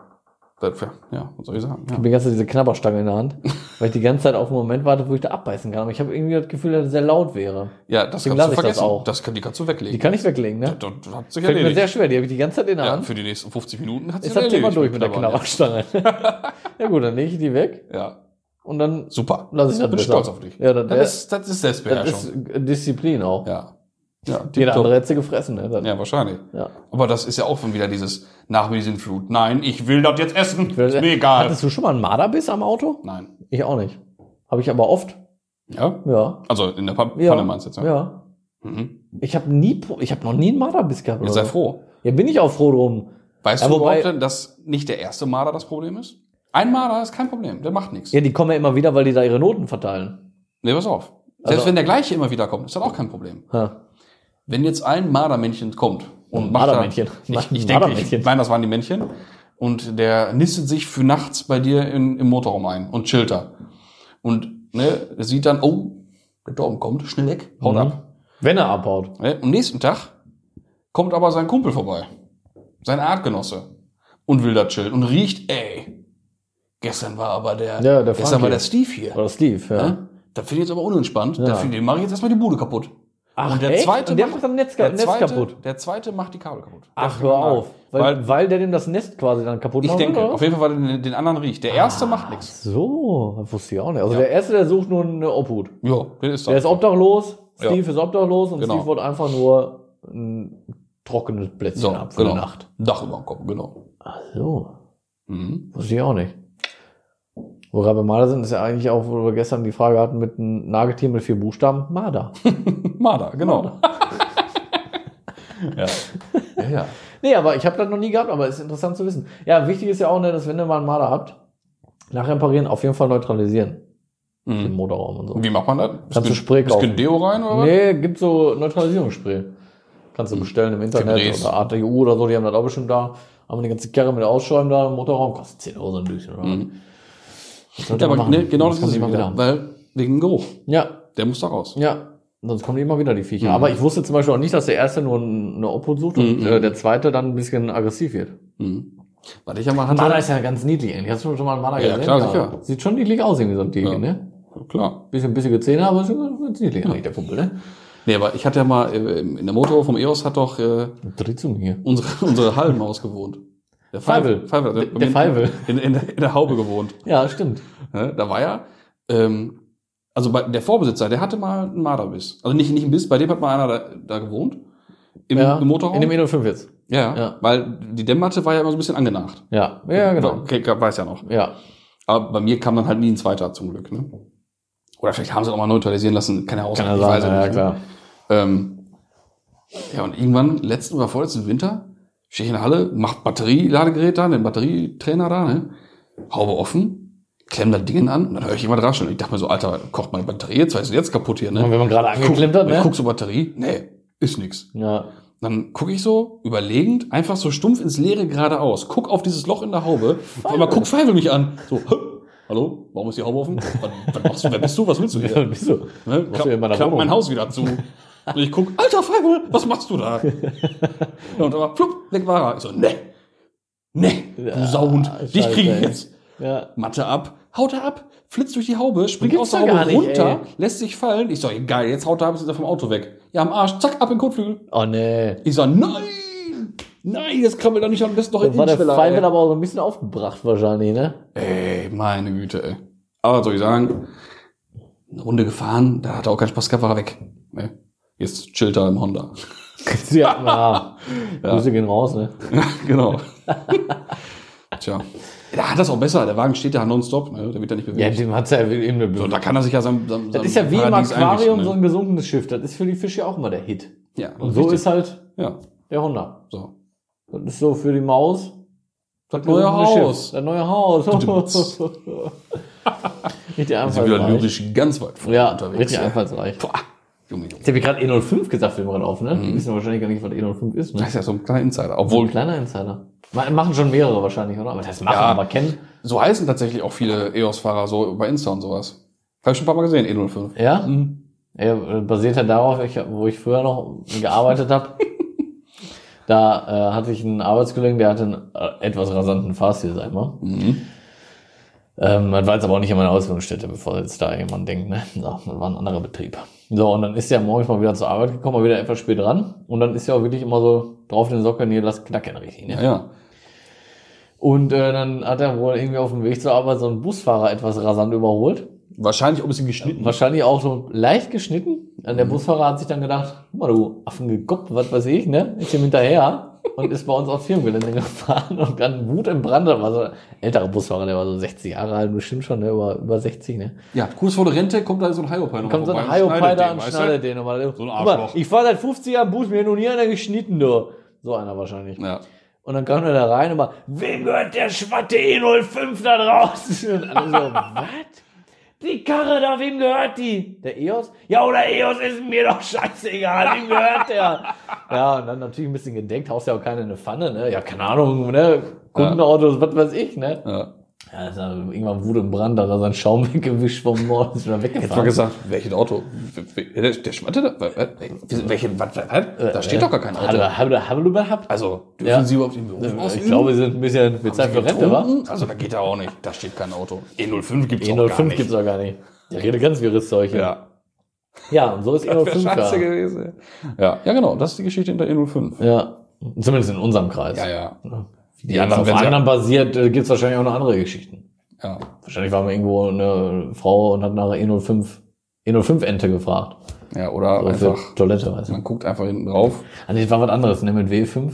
[SPEAKER 3] Das, ja. ja, was soll ich sagen?
[SPEAKER 4] Ich
[SPEAKER 3] Ja.
[SPEAKER 4] habe die ganze Zeit diese Knabberstange in der Hand, weil ich die ganze Zeit auf einen Moment warte, wo ich da abbeißen kann. Aber ich habe irgendwie das Gefühl, dass es sehr laut wäre.
[SPEAKER 3] ja, das
[SPEAKER 4] Deswegen
[SPEAKER 3] kannst du
[SPEAKER 4] lasse ich das
[SPEAKER 3] vergessen.
[SPEAKER 4] auch.
[SPEAKER 3] Das kann, die kannst du
[SPEAKER 4] Die
[SPEAKER 3] weglegen.
[SPEAKER 4] kann ich weglegen, ne?
[SPEAKER 3] das, das hat sich
[SPEAKER 4] Fällt mir sehr
[SPEAKER 3] erledigt.
[SPEAKER 4] schwer, die habe ich die ganze Zeit in der
[SPEAKER 3] Ja,
[SPEAKER 4] Hand.
[SPEAKER 3] für die nächsten 50 Minuten hat sich
[SPEAKER 4] Ist das Thema durch mit der
[SPEAKER 3] Knarre.
[SPEAKER 4] Knabberstange. ja gut, dann lege ich die weg
[SPEAKER 3] Ja,
[SPEAKER 4] und dann
[SPEAKER 3] super.
[SPEAKER 4] lasse ich das
[SPEAKER 3] bin
[SPEAKER 4] halt besser.
[SPEAKER 3] stolz auf dich.
[SPEAKER 4] Ja, das,
[SPEAKER 3] Das,
[SPEAKER 4] das,
[SPEAKER 3] ist, das ist
[SPEAKER 4] das
[SPEAKER 3] Selbstbeherrschung.
[SPEAKER 4] ist Disziplin auch.
[SPEAKER 3] ja. Ja,
[SPEAKER 4] Jeder
[SPEAKER 3] tipptopp.
[SPEAKER 4] andere hätte sie gefressen, ne? Das,
[SPEAKER 3] ja, wahrscheinlich.
[SPEAKER 4] ja.
[SPEAKER 3] Aber das ist ja auch schon wieder dieses nach mir sind Flut. Nein, ich will das jetzt essen. ist mir egal.
[SPEAKER 4] Hattest du schon mal einen Marderbiss am Auto?
[SPEAKER 3] Nein.
[SPEAKER 4] Ich auch nicht. Habe ich aber oft.
[SPEAKER 3] Ja?
[SPEAKER 4] Ja.
[SPEAKER 3] Also in der Pan
[SPEAKER 4] Ja.
[SPEAKER 3] Panne meinst du jetzt,
[SPEAKER 4] Ja.
[SPEAKER 3] ja? Mhm.
[SPEAKER 4] Ich habe nie, pro- ich habe noch nie einen Marderbiss gehabt.
[SPEAKER 3] Jetzt
[SPEAKER 4] oder
[SPEAKER 3] sei
[SPEAKER 4] so.
[SPEAKER 3] froh.
[SPEAKER 4] Ja, bin ich auch froh drum.
[SPEAKER 3] Weißt
[SPEAKER 4] Ja,
[SPEAKER 3] du
[SPEAKER 4] wobei-
[SPEAKER 3] überhaupt, denn, dass nicht der erste Marder das Problem ist? Ein Marder ist kein Problem, der macht nichts.
[SPEAKER 4] Ja, die kommen ja immer wieder, weil die da ihre Noten verteilen.
[SPEAKER 3] Nee, pass auf. Selbst
[SPEAKER 4] Also-
[SPEAKER 3] wenn der gleiche immer wieder kommt, ist das auch kein Problem.
[SPEAKER 4] Ha.
[SPEAKER 3] Wenn jetzt ein Mardermännchen kommt und
[SPEAKER 4] Ein
[SPEAKER 3] macht da-
[SPEAKER 4] Mardermännchen.
[SPEAKER 3] ich, ich
[SPEAKER 4] Ein
[SPEAKER 3] denke,
[SPEAKER 4] Mardermännchen.
[SPEAKER 3] ich meine, das waren die Männchen und der nistet sich für nachts bei dir in, im Motorraum ein und chillt da. Und ne, er sieht dann, oh, der Torben kommt, schnell weg, haut
[SPEAKER 4] Mhm.
[SPEAKER 3] ab.
[SPEAKER 4] Wenn er abhaut.
[SPEAKER 3] Ne? Am nächsten Tag kommt aber sein Kumpel vorbei, sein Artgenosse und will da chillen und riecht, ey, gestern war aber der,
[SPEAKER 4] Ja, der
[SPEAKER 3] gestern war
[SPEAKER 4] Frankie.
[SPEAKER 3] der Steve hier.
[SPEAKER 4] Oder Steve, ja.
[SPEAKER 3] Ne? Das finde ich jetzt aber unentspannt.
[SPEAKER 4] Ja.
[SPEAKER 3] Ja. Den mache ich jetzt erstmal die Bude kaputt.
[SPEAKER 4] Ach,
[SPEAKER 3] und der
[SPEAKER 4] echt?
[SPEAKER 3] zweite
[SPEAKER 4] Und der
[SPEAKER 3] macht-
[SPEAKER 4] macht dann Netz, Netz
[SPEAKER 3] zweite,
[SPEAKER 4] kaputt.
[SPEAKER 3] Der zweite macht die Kabel kaputt.
[SPEAKER 4] Ach,
[SPEAKER 3] Der-
[SPEAKER 4] hör auf. Weil,
[SPEAKER 3] Weil,
[SPEAKER 4] weil, der dem das Nest quasi dann kaputt
[SPEAKER 3] ich
[SPEAKER 4] macht,
[SPEAKER 3] denke,
[SPEAKER 4] oder?
[SPEAKER 3] auf jeden Fall, weil den, den anderen riecht.
[SPEAKER 4] Ah.
[SPEAKER 3] Der erste macht
[SPEAKER 4] Ach
[SPEAKER 3] nichts.
[SPEAKER 4] so, das wusste ich auch nicht. Also der Erste, der sucht nur eine Obhut.
[SPEAKER 3] Ja, der ist
[SPEAKER 4] Der ist obdachlos,
[SPEAKER 3] Ja.
[SPEAKER 4] Steve ist obdachlos und
[SPEAKER 3] Genau.
[SPEAKER 4] Steve wird einfach nur ein trockenes Plätzchen
[SPEAKER 3] so,
[SPEAKER 4] ab für
[SPEAKER 3] genau.
[SPEAKER 4] die Nacht.
[SPEAKER 3] Dach über dem Kopf, genau.
[SPEAKER 4] Ach so,
[SPEAKER 3] Mhm.
[SPEAKER 4] wusste ich auch nicht. Wo wir gerade bei Marder sind, ist ja eigentlich auch, wo wir gestern die Frage hatten mit einem Nagetier mit vier Buchstaben, Marder.
[SPEAKER 3] Marder, genau. ja.
[SPEAKER 5] Ja, ja.
[SPEAKER 4] Nee, aber ich habe das noch nie gehabt, aber ist interessant zu wissen. Ja, wichtig ist ja auch, ne, dass wenn ihr mal einen Marder habt, nach Reparieren auf jeden Fall neutralisieren. Im
[SPEAKER 3] Mhm.
[SPEAKER 4] Motorraum und so.
[SPEAKER 3] Wie macht man das?
[SPEAKER 4] Kannst du
[SPEAKER 3] Bisschen-
[SPEAKER 4] Spray kaufen.
[SPEAKER 3] Bisschen Deo rein oder was?
[SPEAKER 4] Nee, gibt so Neutralisierungsspray. Kannst
[SPEAKER 3] Hm.
[SPEAKER 4] du bestellen im Internet
[SPEAKER 3] Gebräs.
[SPEAKER 4] oder ATU oder so, die haben das auch bestimmt da. Haben eine ganze Karre mit Ausschäumen da im Motorraum, kostet 10 Euro so ein Düchen, oder?
[SPEAKER 3] Mhm.
[SPEAKER 4] Das
[SPEAKER 3] Ja,
[SPEAKER 4] sollte man
[SPEAKER 3] aber
[SPEAKER 4] machen.
[SPEAKER 3] ne, genau das
[SPEAKER 4] Sonst
[SPEAKER 3] ist es
[SPEAKER 4] kommen
[SPEAKER 3] immer
[SPEAKER 4] die
[SPEAKER 3] wieder. Weil wegen dem Geruch.
[SPEAKER 4] Ja,
[SPEAKER 3] Der muss da raus.
[SPEAKER 4] ja. Sonst kommen die immer wieder, die Viecher. Aber ich wusste zum Beispiel auch nicht, dass der erste nur ein- eine Obhut sucht und
[SPEAKER 3] Mhm.
[SPEAKER 4] äh, der zweite dann ein bisschen aggressiv wird.
[SPEAKER 3] Mhm. Warte, ich einmal
[SPEAKER 4] Mana ist ja ganz niedlich eigentlich. Hast du schon mal einen Mana
[SPEAKER 3] Ja,
[SPEAKER 4] gesehen?
[SPEAKER 3] klar, sicher.
[SPEAKER 4] Sieht schon niedlich aus, irgendwie so ein Tier,
[SPEAKER 3] Ja.
[SPEAKER 4] ne?
[SPEAKER 3] Klar.
[SPEAKER 4] Bisschen bissige Zähne, aber ist schon ganz niedlich eigentlich, der Kumpel, ne?
[SPEAKER 3] Nee, aber ich hatte ja mal, äh, in der Motorhaube vom EOS hat doch äh,
[SPEAKER 4] Dreh zu mir.
[SPEAKER 3] unsere, unsere Hallenmaus gewohnt. Der
[SPEAKER 4] Feivel.
[SPEAKER 3] Feivel.
[SPEAKER 4] Der-
[SPEAKER 3] bei
[SPEAKER 4] der
[SPEAKER 3] mir
[SPEAKER 4] Feivel.
[SPEAKER 3] In, in, in der Haube gewohnt.
[SPEAKER 4] Ja, stimmt.
[SPEAKER 3] Ne? Da war ja, ähm, also bei, der Vorbesitzer, der hatte mal einen Marderbiss. Also nicht, nicht einen Biss, bei dem hat mal einer da, da gewohnt. Im,
[SPEAKER 4] ja,
[SPEAKER 3] im Motorraum.
[SPEAKER 4] In dem E05 jetzt.
[SPEAKER 3] ja,
[SPEAKER 4] ja.
[SPEAKER 3] weil die Dämmmatte war ja immer so ein bisschen angenacht.
[SPEAKER 4] Ja, ja, genau.
[SPEAKER 3] Okay, weiß ja noch.
[SPEAKER 4] Ja.
[SPEAKER 3] Aber bei mir kam dann halt nie ein zweiter zum Glück. Ne? Oder vielleicht haben sie auch mal neutralisieren lassen. Keine Ahnung. ich weiß
[SPEAKER 4] ja,
[SPEAKER 3] nicht,
[SPEAKER 4] klar.
[SPEAKER 3] Ne? Ähm, ja, und irgendwann, letzten oder vorletzten Winter, stehe ich in der Halle, mach Batterieladegerät da, den Batterietrainer da, ne? Haube offen, klemm da Dingen an und dann höre ich jemand rascheln. Ich dachte mir so, Alter, kocht meine Batterie jetzt, was ist denn jetzt kaputt hier,
[SPEAKER 4] Und
[SPEAKER 3] ne?
[SPEAKER 4] wenn man gerade angeklemmt hat,
[SPEAKER 3] Ich
[SPEAKER 4] ne?
[SPEAKER 3] guck so Batterie, nee, ist nix.
[SPEAKER 4] Ja.
[SPEAKER 3] Dann gucke ich so, überlegend, einfach so stumpf ins Leere geradeaus. Guck auf dieses Loch in der Haube. Auf einmal guckt Feivel mich an. So, "Hä? hallo, warum ist die Haube offen? Was, was machst du? Wer bist du? Was willst du hier?
[SPEAKER 4] Bist du?
[SPEAKER 3] Ne?
[SPEAKER 4] du hier in
[SPEAKER 3] Klapp,
[SPEAKER 4] meiner
[SPEAKER 3] klapp
[SPEAKER 4] Wohnung?
[SPEAKER 3] mein Haus wieder zu. Und ich guck, alter Feivel, was machst du da? Ja, und dann war, plupp, weg war er. Ich so, ne, ne, du
[SPEAKER 4] Ja,
[SPEAKER 3] Sauhund, dich
[SPEAKER 4] scheiße,
[SPEAKER 3] kriege ich
[SPEAKER 4] ey.
[SPEAKER 3] jetzt.
[SPEAKER 4] Ja.
[SPEAKER 3] Matte ab, haut er ab, flitzt durch die Haube, springt aus
[SPEAKER 4] Gibt's
[SPEAKER 3] der
[SPEAKER 4] doch
[SPEAKER 3] Haube
[SPEAKER 4] gar nicht,
[SPEAKER 3] runter, lässt sich fallen. Ich so, geil, jetzt haut er ab, jetzt ist er vom Auto weg. Ja, am Arsch, zack, ab in den Kotflügel.
[SPEAKER 4] Oh, nee.
[SPEAKER 3] Ich sag, nein! Nein, das krabbelt doch nicht am besten noch in
[SPEAKER 4] Da war
[SPEAKER 3] den
[SPEAKER 4] der Pfeil
[SPEAKER 3] Schweller.
[SPEAKER 4] aber auch so ein bisschen aufgebracht wahrscheinlich, ne?
[SPEAKER 3] Ey, meine Güte, ey. Aber was soll ich sagen, eine Runde gefahren, da hat er auch keinen Spaß gehabt, war er weg. Ne? Jetzt chillt er im Honda.
[SPEAKER 4] ja. ja. Grüße gehen raus, ne?
[SPEAKER 3] genau. Tja. Da hat das auch besser, der Wagen steht ja nonstop, ne? der wird ja nicht
[SPEAKER 4] Ja,
[SPEAKER 3] bewegt.
[SPEAKER 4] dem hat's ja eben eine
[SPEAKER 3] so, da kann er sich ja sein, sein
[SPEAKER 4] Das
[SPEAKER 3] sein
[SPEAKER 4] ist ja wie im
[SPEAKER 3] Paradies ne?
[SPEAKER 4] Aquarium so
[SPEAKER 3] einrichten,
[SPEAKER 4] ein gesunkenes Schiff. Das ist für die Fische auch immer der Hit.
[SPEAKER 3] ne? Ja,
[SPEAKER 4] Und so
[SPEAKER 3] richtig.
[SPEAKER 4] ist halt
[SPEAKER 3] Ja,
[SPEAKER 4] der Honda.
[SPEAKER 3] so.
[SPEAKER 4] Das ist so für die Maus. Das
[SPEAKER 3] neue
[SPEAKER 4] gesunkene
[SPEAKER 3] Haus.
[SPEAKER 4] Schiff. Das neue Haus. richtig
[SPEAKER 3] Wir sind wieder
[SPEAKER 4] einfallsreich.
[SPEAKER 3] lyrisch ganz weit vorne
[SPEAKER 4] Ja,
[SPEAKER 3] unterwegs.
[SPEAKER 4] richtig
[SPEAKER 3] ja.
[SPEAKER 4] einfallsreich.
[SPEAKER 3] Boah, Mhm. Junge, Junge.
[SPEAKER 4] Jetzt habe ich gerade E05 gesagt, wir machen auf, ne? Die wissen wahrscheinlich gar nicht, was E05 ist,
[SPEAKER 3] Das
[SPEAKER 4] ne?
[SPEAKER 3] ist ja so ein kleiner Insider. Obwohl,
[SPEAKER 4] Kleiner Insider. Ma- Machen schon mehrere wahrscheinlich, oder? Aber das machen,
[SPEAKER 3] Ja.
[SPEAKER 4] aber kennen.
[SPEAKER 3] So heißen tatsächlich auch viele EOS-Fahrer so bei Insta und sowas. Habe ich schon ein paar Mal gesehen, E05.
[SPEAKER 4] Ja?
[SPEAKER 3] Mhm.
[SPEAKER 4] Er äh, basiert ja darauf, ich, hab- wo ich früher noch gearbeitet habe. da äh, hatte ich einen Arbeitskollegen, der hatte einen äh, etwas rasanten Fahrstil, sag ich mal.
[SPEAKER 3] Mhm.
[SPEAKER 4] Ähm, das war jetzt aber auch nicht an meiner Ausbildungsstätte, bevor jetzt da jemand denkt, ne? So, das war ein anderer Betrieb. So, und dann ist er morgens mal wieder zur Arbeit gekommen, mal wieder etwas spät dran. Und dann ist er auch wirklich immer so drauf den Socken, hier, lass knacken richtig, ne?
[SPEAKER 3] Ja, ja.
[SPEAKER 4] Und äh, dann hat er wohl irgendwie auf dem Weg zur Arbeit so einen Busfahrer etwas rasant überholt.
[SPEAKER 3] Wahrscheinlich auch ein bisschen geschnitten.
[SPEAKER 4] Wahrscheinlich auch so leicht geschnitten. Und
[SPEAKER 3] Mhm.
[SPEAKER 4] der Busfahrer hat sich dann gedacht, guck mal du Affengekopp, was weiß ich, ne? Ist ihm hinterher und ist bei uns aufs Firmengelände gefahren und dann Wut im Brand. Das war so ein älterer Busfahrer, der war so 60 Jahre alt, bestimmt schon, ne? Über, über 60, ne?
[SPEAKER 3] Ja, kurz vor der Rente kommt da so ein Hyopai noch
[SPEAKER 4] Kommt so ein
[SPEAKER 3] vorbei und
[SPEAKER 4] Hyopai da
[SPEAKER 3] den,
[SPEAKER 4] und
[SPEAKER 3] weißt du?
[SPEAKER 4] schneidet den um nochmal. So
[SPEAKER 3] ein Arschloch.
[SPEAKER 4] Ich fahr seit 50 Jahren Bus, mir hat noch nie einer geschnitten, du. So einer wahrscheinlich.
[SPEAKER 3] Ja.
[SPEAKER 4] Und dann kam er da rein und mal, wem gehört der Schwatte E05 da draußen? Und alle so, was? Die Karre da, wem gehört die? Der EOS? Ja, oder EOS ist mir doch scheißegal, wem gehört der? ja, und dann natürlich ein bisschen gedeckt, haust ja auch keine in eine Pfanne, ne? Ja, keine Ahnung, ne? Kundenautos, was weiß ich, ne?
[SPEAKER 3] Ja.
[SPEAKER 4] Ja, ist dann irgendwann wurde im Brand, da hat er seinen Schaum weggewischt vom Mord, ist wieder
[SPEAKER 3] Ich hab
[SPEAKER 4] weggefahren.
[SPEAKER 3] gesagt, welches Auto? W- w- Der, der Schwatte da? w- w- Welche, was, was, was? Da steht doch gar kein Auto.
[SPEAKER 4] Hallo, hallo, hallo, überhaupt.
[SPEAKER 3] Also, dürfen
[SPEAKER 4] Ja.
[SPEAKER 3] Sie überhaupt den Beruf ausüben?
[SPEAKER 4] Ich glaube, wir sind ein bisschen, wir Zeit für Rente, wa?
[SPEAKER 3] Getrunken? Also, da geht er auch nicht. Da steht kein Auto. E05 gibt's auch gar
[SPEAKER 4] E05
[SPEAKER 3] nicht.
[SPEAKER 4] gibt's auch gar nicht. Der redet ganz wirres Zeug hier.
[SPEAKER 3] ja.
[SPEAKER 4] Ja, und so ist
[SPEAKER 3] Wär scheiße
[SPEAKER 4] E05.
[SPEAKER 3] gewesen. Ja. ja, genau. Das ist die Geschichte hinter E05.
[SPEAKER 4] Ja. ja, zumindest in unserem Kreis.
[SPEAKER 3] Ja, ja.
[SPEAKER 4] Die, anderen, auf
[SPEAKER 3] wenn's ja-
[SPEAKER 4] anderen basiert, äh, gibt's wahrscheinlich auch noch andere Geschichten.
[SPEAKER 3] ja.
[SPEAKER 4] Wahrscheinlich war mal irgendwo eine Frau und hat E nachher E05, E05-Ente E gefragt.
[SPEAKER 3] Ja, oder
[SPEAKER 4] So für
[SPEAKER 3] einfach,
[SPEAKER 4] Toilette, weißt du.
[SPEAKER 3] man guckt einfach hinten drauf.
[SPEAKER 4] Ah, nee, das war was anderes, ne, mit W5.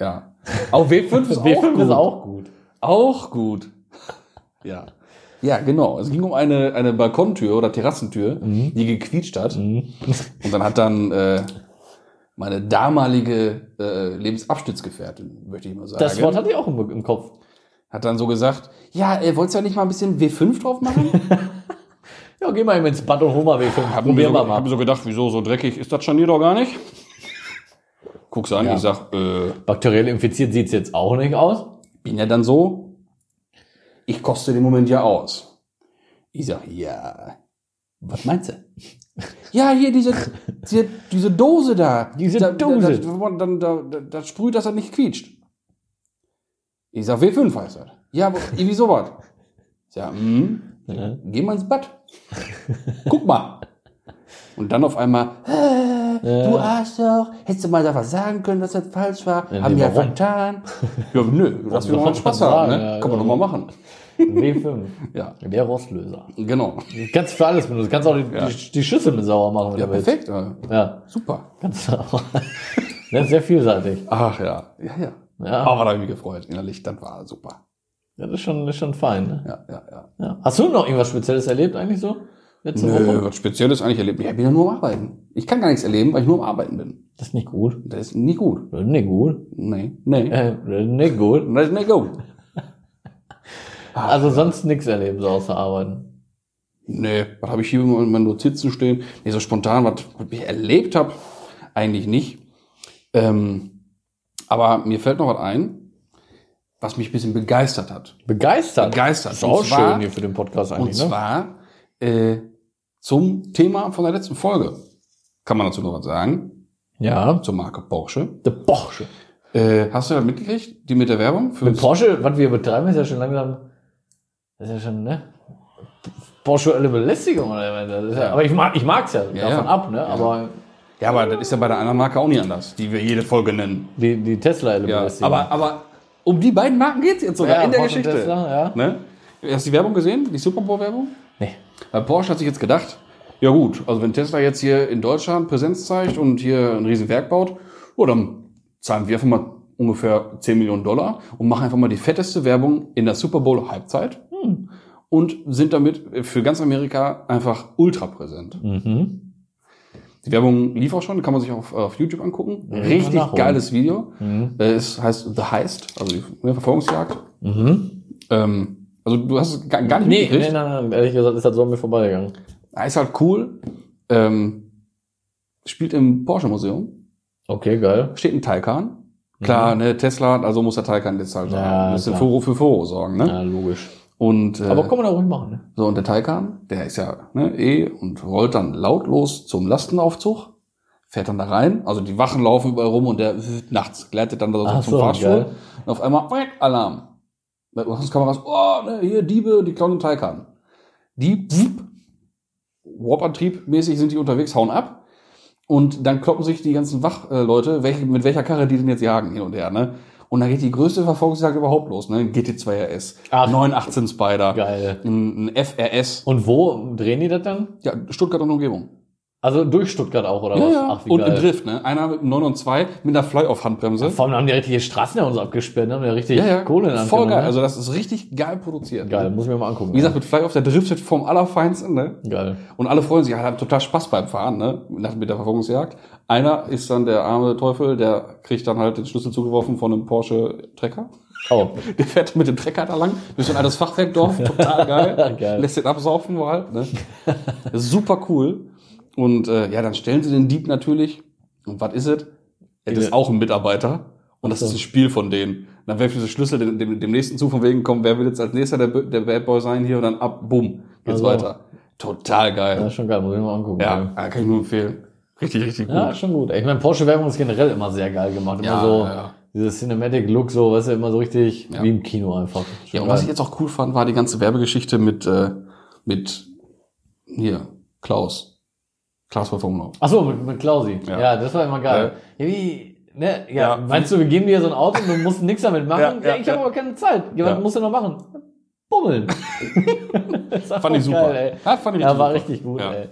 [SPEAKER 3] Ja. Auch W5 ist
[SPEAKER 4] W5 ist
[SPEAKER 3] auch
[SPEAKER 4] auch gut.
[SPEAKER 3] gut. Auch gut. Ja. Ja, genau. Es ging um eine, eine Balkontür oder Terrassentür,
[SPEAKER 4] Mhm.
[SPEAKER 3] die gequietscht hat.
[SPEAKER 4] Hm.
[SPEAKER 3] Und dann hat dann äh, meine damalige äh, Lebensabschnittsgefährtin, möchte ich mal sagen,
[SPEAKER 4] Das Wort hatte ich auch im, im Kopf.
[SPEAKER 3] hat dann so gesagt, ja, äh, wolltest du ja nicht mal ein bisschen W5 drauf machen?
[SPEAKER 4] Ja, geh mal eben ins Bad und hol mal W5.
[SPEAKER 3] Haben wir
[SPEAKER 4] Probieren
[SPEAKER 3] so,
[SPEAKER 4] wir
[SPEAKER 3] hab mir
[SPEAKER 4] mal.
[SPEAKER 3] so gedacht, wieso, so dreckig ist das Scharnier doch gar nicht. Guck's an, ich sag, äh,
[SPEAKER 4] Bakteriell infiziert sieht's jetzt auch nicht aus.
[SPEAKER 3] bin ja dann so, ich koste den Moment ja aus. Ich sag, ja, was meinst du? Ja, hier diese, diese, diese Dose da.
[SPEAKER 4] Diese
[SPEAKER 3] da,
[SPEAKER 4] Dose.
[SPEAKER 3] Da, da, da, da, da, da sprüht, dass er nicht quietscht. Ich sag, W5 heißt das. Ja, aber wieso was? Ich sag, hm,
[SPEAKER 4] Ja.
[SPEAKER 3] geh mal ins Bad. Guck mal. Und dann auf einmal, äh, du Arschloch, hättest du mal da was sagen können, dass das falsch war,
[SPEAKER 4] Ja,
[SPEAKER 3] haben
[SPEAKER 4] nee,
[SPEAKER 3] wir ja
[SPEAKER 4] warum?
[SPEAKER 3] vertan. Ja, nö, lass mir
[SPEAKER 4] soll
[SPEAKER 3] mal
[SPEAKER 4] man
[SPEAKER 3] Spaß haben,
[SPEAKER 4] sagen, ja,
[SPEAKER 3] ne? Kann man
[SPEAKER 4] ja. genau.
[SPEAKER 3] doch mal machen.
[SPEAKER 4] W5.
[SPEAKER 3] Ja,
[SPEAKER 4] Der Rostlöser.
[SPEAKER 3] genau.
[SPEAKER 4] Du kannst für alles benutzen. Du kannst auch die, die, die Schüssel mit sauer machen, wenn
[SPEAKER 3] Ja,
[SPEAKER 4] du willst.
[SPEAKER 3] perfekt. äh,
[SPEAKER 4] Ja,
[SPEAKER 3] Super.
[SPEAKER 4] kannst du auch. Das ist sehr vielseitig.
[SPEAKER 3] Ach ja, ja, ja.
[SPEAKER 4] Ja.
[SPEAKER 3] Aber da habe ich mich gefreut, innerlich, das war super.
[SPEAKER 4] Das ist schon, ist schon fein. Ne?
[SPEAKER 3] Ja, ja, ja.
[SPEAKER 4] Ja. Hast du noch irgendwas Spezielles erlebt eigentlich so? Letzte
[SPEAKER 3] Nö,
[SPEAKER 4] Woche?
[SPEAKER 3] was Spezielles eigentlich erlebt. Ich bin ja nur am Arbeiten. Ich kann gar nichts erleben, weil ich nur am Arbeiten bin.
[SPEAKER 4] Das ist nicht gut.
[SPEAKER 3] Das ist nicht gut.
[SPEAKER 4] Das ist nicht gut.
[SPEAKER 3] Nee, nee.
[SPEAKER 4] Äh, das ist nicht gut.
[SPEAKER 3] Das ist nicht gut.
[SPEAKER 4] Also sonst nichts erlebt, so außer arbeiten.
[SPEAKER 3] Nee, was habe ich hier in meinen Notizen stehen? Nee, so spontan, was was ich erlebt habe, eigentlich nicht. Ähm, aber mir fällt noch was ein, was mich ein bisschen begeistert hat.
[SPEAKER 4] Begeistert.
[SPEAKER 3] Begeistert.
[SPEAKER 4] Ist auch
[SPEAKER 3] Und zwar-
[SPEAKER 4] schön hier für den Podcast
[SPEAKER 3] Und
[SPEAKER 4] eigentlich, ne?
[SPEAKER 3] zwar äh, zum Thema von der letzten Folge. Kann man dazu noch was sagen?
[SPEAKER 4] Ja.
[SPEAKER 3] Zur Marke Porsche.
[SPEAKER 4] Der Porsche.
[SPEAKER 3] Äh, hast du das mitgekriegt? Die mit der Werbung? Für
[SPEAKER 4] Mit Porsche, was wir betreiben, ist ja schon langsam, das ist ja schon, ne? Porscheuelle Belästigung oder das ist ja, aber ich mag ich mag's ja,
[SPEAKER 3] Ja,
[SPEAKER 4] davon
[SPEAKER 3] ja.
[SPEAKER 4] ab, ne? Aber
[SPEAKER 3] ja, aber das ist ja bei der anderen Marke auch nicht anders, die wir jede Folge nennen.
[SPEAKER 4] die, die Tesla-Elle
[SPEAKER 3] Ja,
[SPEAKER 4] Belästigung.
[SPEAKER 3] aber, aber um die beiden Marken geht's jetzt sogar
[SPEAKER 4] Ja,
[SPEAKER 3] in der
[SPEAKER 4] Porsche und
[SPEAKER 3] Geschichte.
[SPEAKER 4] Tesla, ja.
[SPEAKER 3] Ne? Hast du die Werbung gesehen? Die Super Bowl-Werbung?
[SPEAKER 4] Nee.
[SPEAKER 3] Weil Äh, Porsche hat sich jetzt gedacht, ja gut, also wenn Tesla jetzt hier in Deutschland Präsenz zeigt und hier ein Riesenwerk baut, oh, dann zahlen wir einfach mal ungefähr 10 Millionen Dollar und machen einfach mal die fetteste Werbung in der Super Bowl Halbzeit
[SPEAKER 4] Hm.
[SPEAKER 3] und sind damit für ganz Amerika einfach ultra präsent.
[SPEAKER 4] Mhm.
[SPEAKER 3] Die Werbung lief auch schon, kann man sich auf, auf YouTube angucken. Richtig
[SPEAKER 4] Mhm, nachholen.
[SPEAKER 3] geiles Video.
[SPEAKER 4] Mhm.
[SPEAKER 3] Äh, Es heißt The Heist, also die Verfolgungsjagd.
[SPEAKER 4] Mhm.
[SPEAKER 3] Ähm, also du hast es gar, gar nicht
[SPEAKER 4] Nee,
[SPEAKER 3] mitgekriegt.
[SPEAKER 4] nee, nein, nein, ehrlich gesagt ist das so an mir vorbeigegangen.
[SPEAKER 3] Ah, Ist halt cool. Ähm, spielt im Porsche Museum.
[SPEAKER 4] Okay, geil.
[SPEAKER 3] Steht ein Taycan. Klar, ne, Tesla, also muss der Taycan jetzt halt
[SPEAKER 4] Mhm. Ja,
[SPEAKER 3] ein bisschen
[SPEAKER 4] klar.
[SPEAKER 3] Furo für Furo sorgen, ne?
[SPEAKER 4] Ja, logisch.
[SPEAKER 3] Und, äh,
[SPEAKER 4] Aber kann man da ruhig machen, ne?
[SPEAKER 3] so, und der Taycan, der ist ja, ne, eh, und rollt dann lautlos zum Lastenaufzug, fährt dann da rein, also die Wachen laufen überall rum und der äh, nachts gleitet dann da so
[SPEAKER 4] Ach
[SPEAKER 3] zum
[SPEAKER 4] so,
[SPEAKER 3] Fahrstuhl.
[SPEAKER 4] geil.
[SPEAKER 3] Und auf einmal, äh, Alarm. Da hast du Kameras, oh, ne, hier, Diebe, die klauen den Taycan. Die, wupp, Warp-Antrieb-mäßig sind die unterwegs, hauen ab. Und dann kloppen sich die ganzen Wachleute, welche, mit welcher Karre die denn jetzt jagen, hin und her, ne? Und dann geht die größte Verfolgungsjagd überhaupt los, ne? Ein GT2 RS,
[SPEAKER 4] Ach.
[SPEAKER 3] 918 Spider,
[SPEAKER 4] Geil.
[SPEAKER 3] ein, ein FRS,
[SPEAKER 4] Und wo drehen die das dann?
[SPEAKER 3] ja, Stuttgart und Umgebung.
[SPEAKER 4] Also durch Stuttgart auch, oder was? Ach, wie
[SPEAKER 3] und
[SPEAKER 4] geil.
[SPEAKER 3] im Drift, ne? Einer mit einem 9 und 2 mit einer Fly-Off-Handbremse.
[SPEAKER 4] Vor allem haben die richtige Straßen ja uns abgesperrt, ne? haben ja richtig Kohle in Anspruch
[SPEAKER 3] Voll geil.
[SPEAKER 4] genommen,
[SPEAKER 3] Also das ist richtig geil produziert.
[SPEAKER 4] ne? geil, muss ich mir mal angucken.
[SPEAKER 3] Wie gesagt, mit Fly-Off, der driftet vom Allerfeinsten, ne?
[SPEAKER 4] geil.
[SPEAKER 3] Und alle freuen sich, haben total Spaß beim Fahren, ne? Nach, mit der Verfolgungsjagd. Einer ist dann der arme Teufel, der kriegt dann halt den Schlüssel zugeworfen von einem Porsche-Trecker.
[SPEAKER 4] Oh,
[SPEAKER 3] Der fährt mit dem Trecker da lang, durch ein altes Fachwerkdorf, total geil.
[SPEAKER 4] Geil.
[SPEAKER 3] Lässt den absaufen wo halt. Ne? Das ist Super cool. Und äh, ja, dann stellen sie den Dieb natürlich. Und was ist es? Das ist auch ein Mitarbeiter. Und das ist ein Spiel von denen. Dann werfen sie Schlüssel dem, dem, dem nächsten zu, von wegen, komm, wer will jetzt als nächster der, Bö- der Bad Boy sein hier? Und dann ab, bumm, geht's
[SPEAKER 4] Also.
[SPEAKER 3] weiter. Total
[SPEAKER 4] das
[SPEAKER 3] geil.
[SPEAKER 4] ist schon geil, muss ich mir mal angucken.
[SPEAKER 3] Ja, kann ich nur empfehlen. Richtig, richtig gut.
[SPEAKER 4] Ja, ist schon gut. Ich meine, Porsche-Werbung ist generell immer sehr geil gemacht. Immer
[SPEAKER 3] Ja,
[SPEAKER 4] so,
[SPEAKER 3] ja.
[SPEAKER 4] dieses Cinematic-Look, so, weißt du, immer so richtig
[SPEAKER 3] Ja.
[SPEAKER 4] wie im Kino einfach.
[SPEAKER 3] Ja,
[SPEAKER 4] Schon
[SPEAKER 3] und was ich
[SPEAKER 4] geil.
[SPEAKER 3] jetzt auch cool fand, war die ganze Werbegeschichte mit, äh, mit hier, Klaus. Klaus von Umlauf.
[SPEAKER 4] Ach so, mit, mit Klausi. Ja.
[SPEAKER 3] Ja.
[SPEAKER 4] das war immer geil. Ja. Wie, ne,
[SPEAKER 3] Ja.
[SPEAKER 4] ja, Meinst du, wir geben dir so ein Auto und du musst nichts damit machen? Ja,
[SPEAKER 3] Ja, ja,
[SPEAKER 4] ich
[SPEAKER 3] ja.
[SPEAKER 4] habe aber keine Zeit. Ja,
[SPEAKER 3] Ja.
[SPEAKER 4] Was musst du noch machen? Bummeln. Das war
[SPEAKER 3] Fand
[SPEAKER 4] auch
[SPEAKER 3] ich super.
[SPEAKER 4] Oh, Geil,
[SPEAKER 3] Ja, fand
[SPEAKER 4] ey.
[SPEAKER 3] ich
[SPEAKER 4] Ja, war
[SPEAKER 3] super.
[SPEAKER 4] richtig gut,
[SPEAKER 3] Ja.
[SPEAKER 4] ey.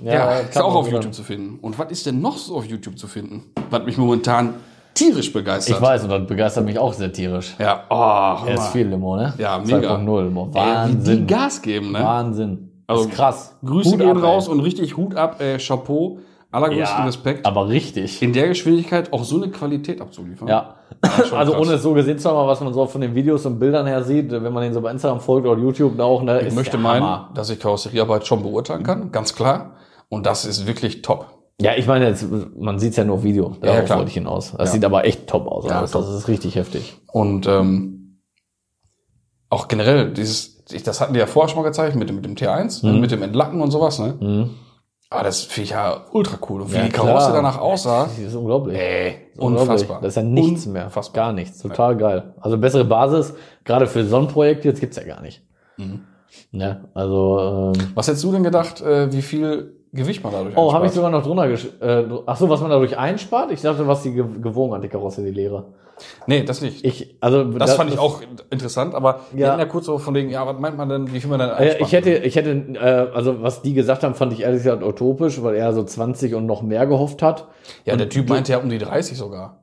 [SPEAKER 3] Ja, ist
[SPEAKER 4] kann
[SPEAKER 3] auch
[SPEAKER 4] man
[SPEAKER 3] auf
[SPEAKER 4] so
[SPEAKER 3] YouTube
[SPEAKER 4] sagen.
[SPEAKER 3] zu finden. Und was ist denn noch so auf YouTube zu finden? Was mich momentan tierisch begeistert.
[SPEAKER 4] Ich weiß, und das begeistert mich auch satirisch.
[SPEAKER 3] Ja, oh,
[SPEAKER 4] Er ist viel Limo, ne?
[SPEAKER 3] Ja, mega.
[SPEAKER 4] 2.0 Limo.
[SPEAKER 3] Ey, wie die
[SPEAKER 4] Wahnsinn.
[SPEAKER 3] Gas geben, ne?
[SPEAKER 4] Wahnsinn.
[SPEAKER 3] Also,
[SPEAKER 4] ist krass.
[SPEAKER 3] Grüße
[SPEAKER 4] Hut
[SPEAKER 3] gehen
[SPEAKER 4] ab, ey.
[SPEAKER 3] raus und richtig Hut ab, äh, Chapeau, allergrößten
[SPEAKER 4] Ja,
[SPEAKER 3] Respekt.
[SPEAKER 4] Aber richtig.
[SPEAKER 3] In der Geschwindigkeit auch so eine Qualität abzuliefern.
[SPEAKER 4] Ja.
[SPEAKER 3] schon
[SPEAKER 4] Also
[SPEAKER 3] krass.
[SPEAKER 4] ohne es so gesehen zu haben, was man so von den Videos und Bildern her sieht, wenn man den so bei Instagram folgt oder YouTube, da auch, ne,
[SPEAKER 3] Ich
[SPEAKER 4] ist
[SPEAKER 3] möchte
[SPEAKER 4] der
[SPEAKER 3] meinen,
[SPEAKER 4] Hammer.
[SPEAKER 3] dass ich Karosseriearbeit schon beurteilen kann, ganz klar. Und das ist wirklich top.
[SPEAKER 4] Ja, ich meine, jetzt, man sieht's ja nur auf Video.
[SPEAKER 3] Ja, ja,
[SPEAKER 4] Darauf
[SPEAKER 3] klar.
[SPEAKER 4] wollte ich hinaus. Das
[SPEAKER 3] Ja.
[SPEAKER 4] sieht aber echt top aus.
[SPEAKER 3] Ja,
[SPEAKER 4] das,
[SPEAKER 3] top.
[SPEAKER 4] das ist richtig heftig.
[SPEAKER 3] Und ähm, auch generell, dieses, ich, das hatten wir ja vorher schon mal gezeigt mit dem, mit dem T1, ne, mit dem Entlacken und sowas. Ne?
[SPEAKER 4] Mhm.
[SPEAKER 3] Aber das finde ich ja ultra cool. Und wie
[SPEAKER 4] Ja,
[SPEAKER 3] die Karosse
[SPEAKER 4] klar.
[SPEAKER 3] danach aussah,
[SPEAKER 4] Das ist unglaublich.
[SPEAKER 3] ey,
[SPEAKER 4] Das ist unglaublich.
[SPEAKER 3] unfassbar.
[SPEAKER 4] Das ist ja nichts mehr.
[SPEAKER 3] Unfassbar.
[SPEAKER 4] Gar nichts. Total geil. Also bessere Basis, gerade für so ein Projekt jetzt gibt's ja gar nicht.
[SPEAKER 3] Mhm.
[SPEAKER 4] Ne? Also, ähm,
[SPEAKER 3] Was hättest du denn gedacht, äh, wie viel Gewicht man dadurch
[SPEAKER 4] Oh, habe ich
[SPEAKER 3] einspart?
[SPEAKER 4] sogar noch drunter gesch äh, Ach so, was man dadurch einspart? Ich dachte, was die ge gewogen hat, die Karosse, die Leere.
[SPEAKER 3] Nee, das nicht.
[SPEAKER 4] Ich, also
[SPEAKER 3] Das, fand ich auch interessant, aber wir
[SPEAKER 4] Ja.
[SPEAKER 3] hatten ja kurz so von wegen, ja, was meint man denn, wie viel man denn
[SPEAKER 4] Äh,
[SPEAKER 3] einsparen
[SPEAKER 4] ich hätte, ich hätte, äh, also was die gesagt haben, fand ich ehrlich gesagt utopisch, weil er so 20 und noch mehr gehofft hat.
[SPEAKER 3] kann? Ja, der
[SPEAKER 4] Und
[SPEAKER 3] Typ
[SPEAKER 4] du-
[SPEAKER 3] meinte ja um die 30 sogar.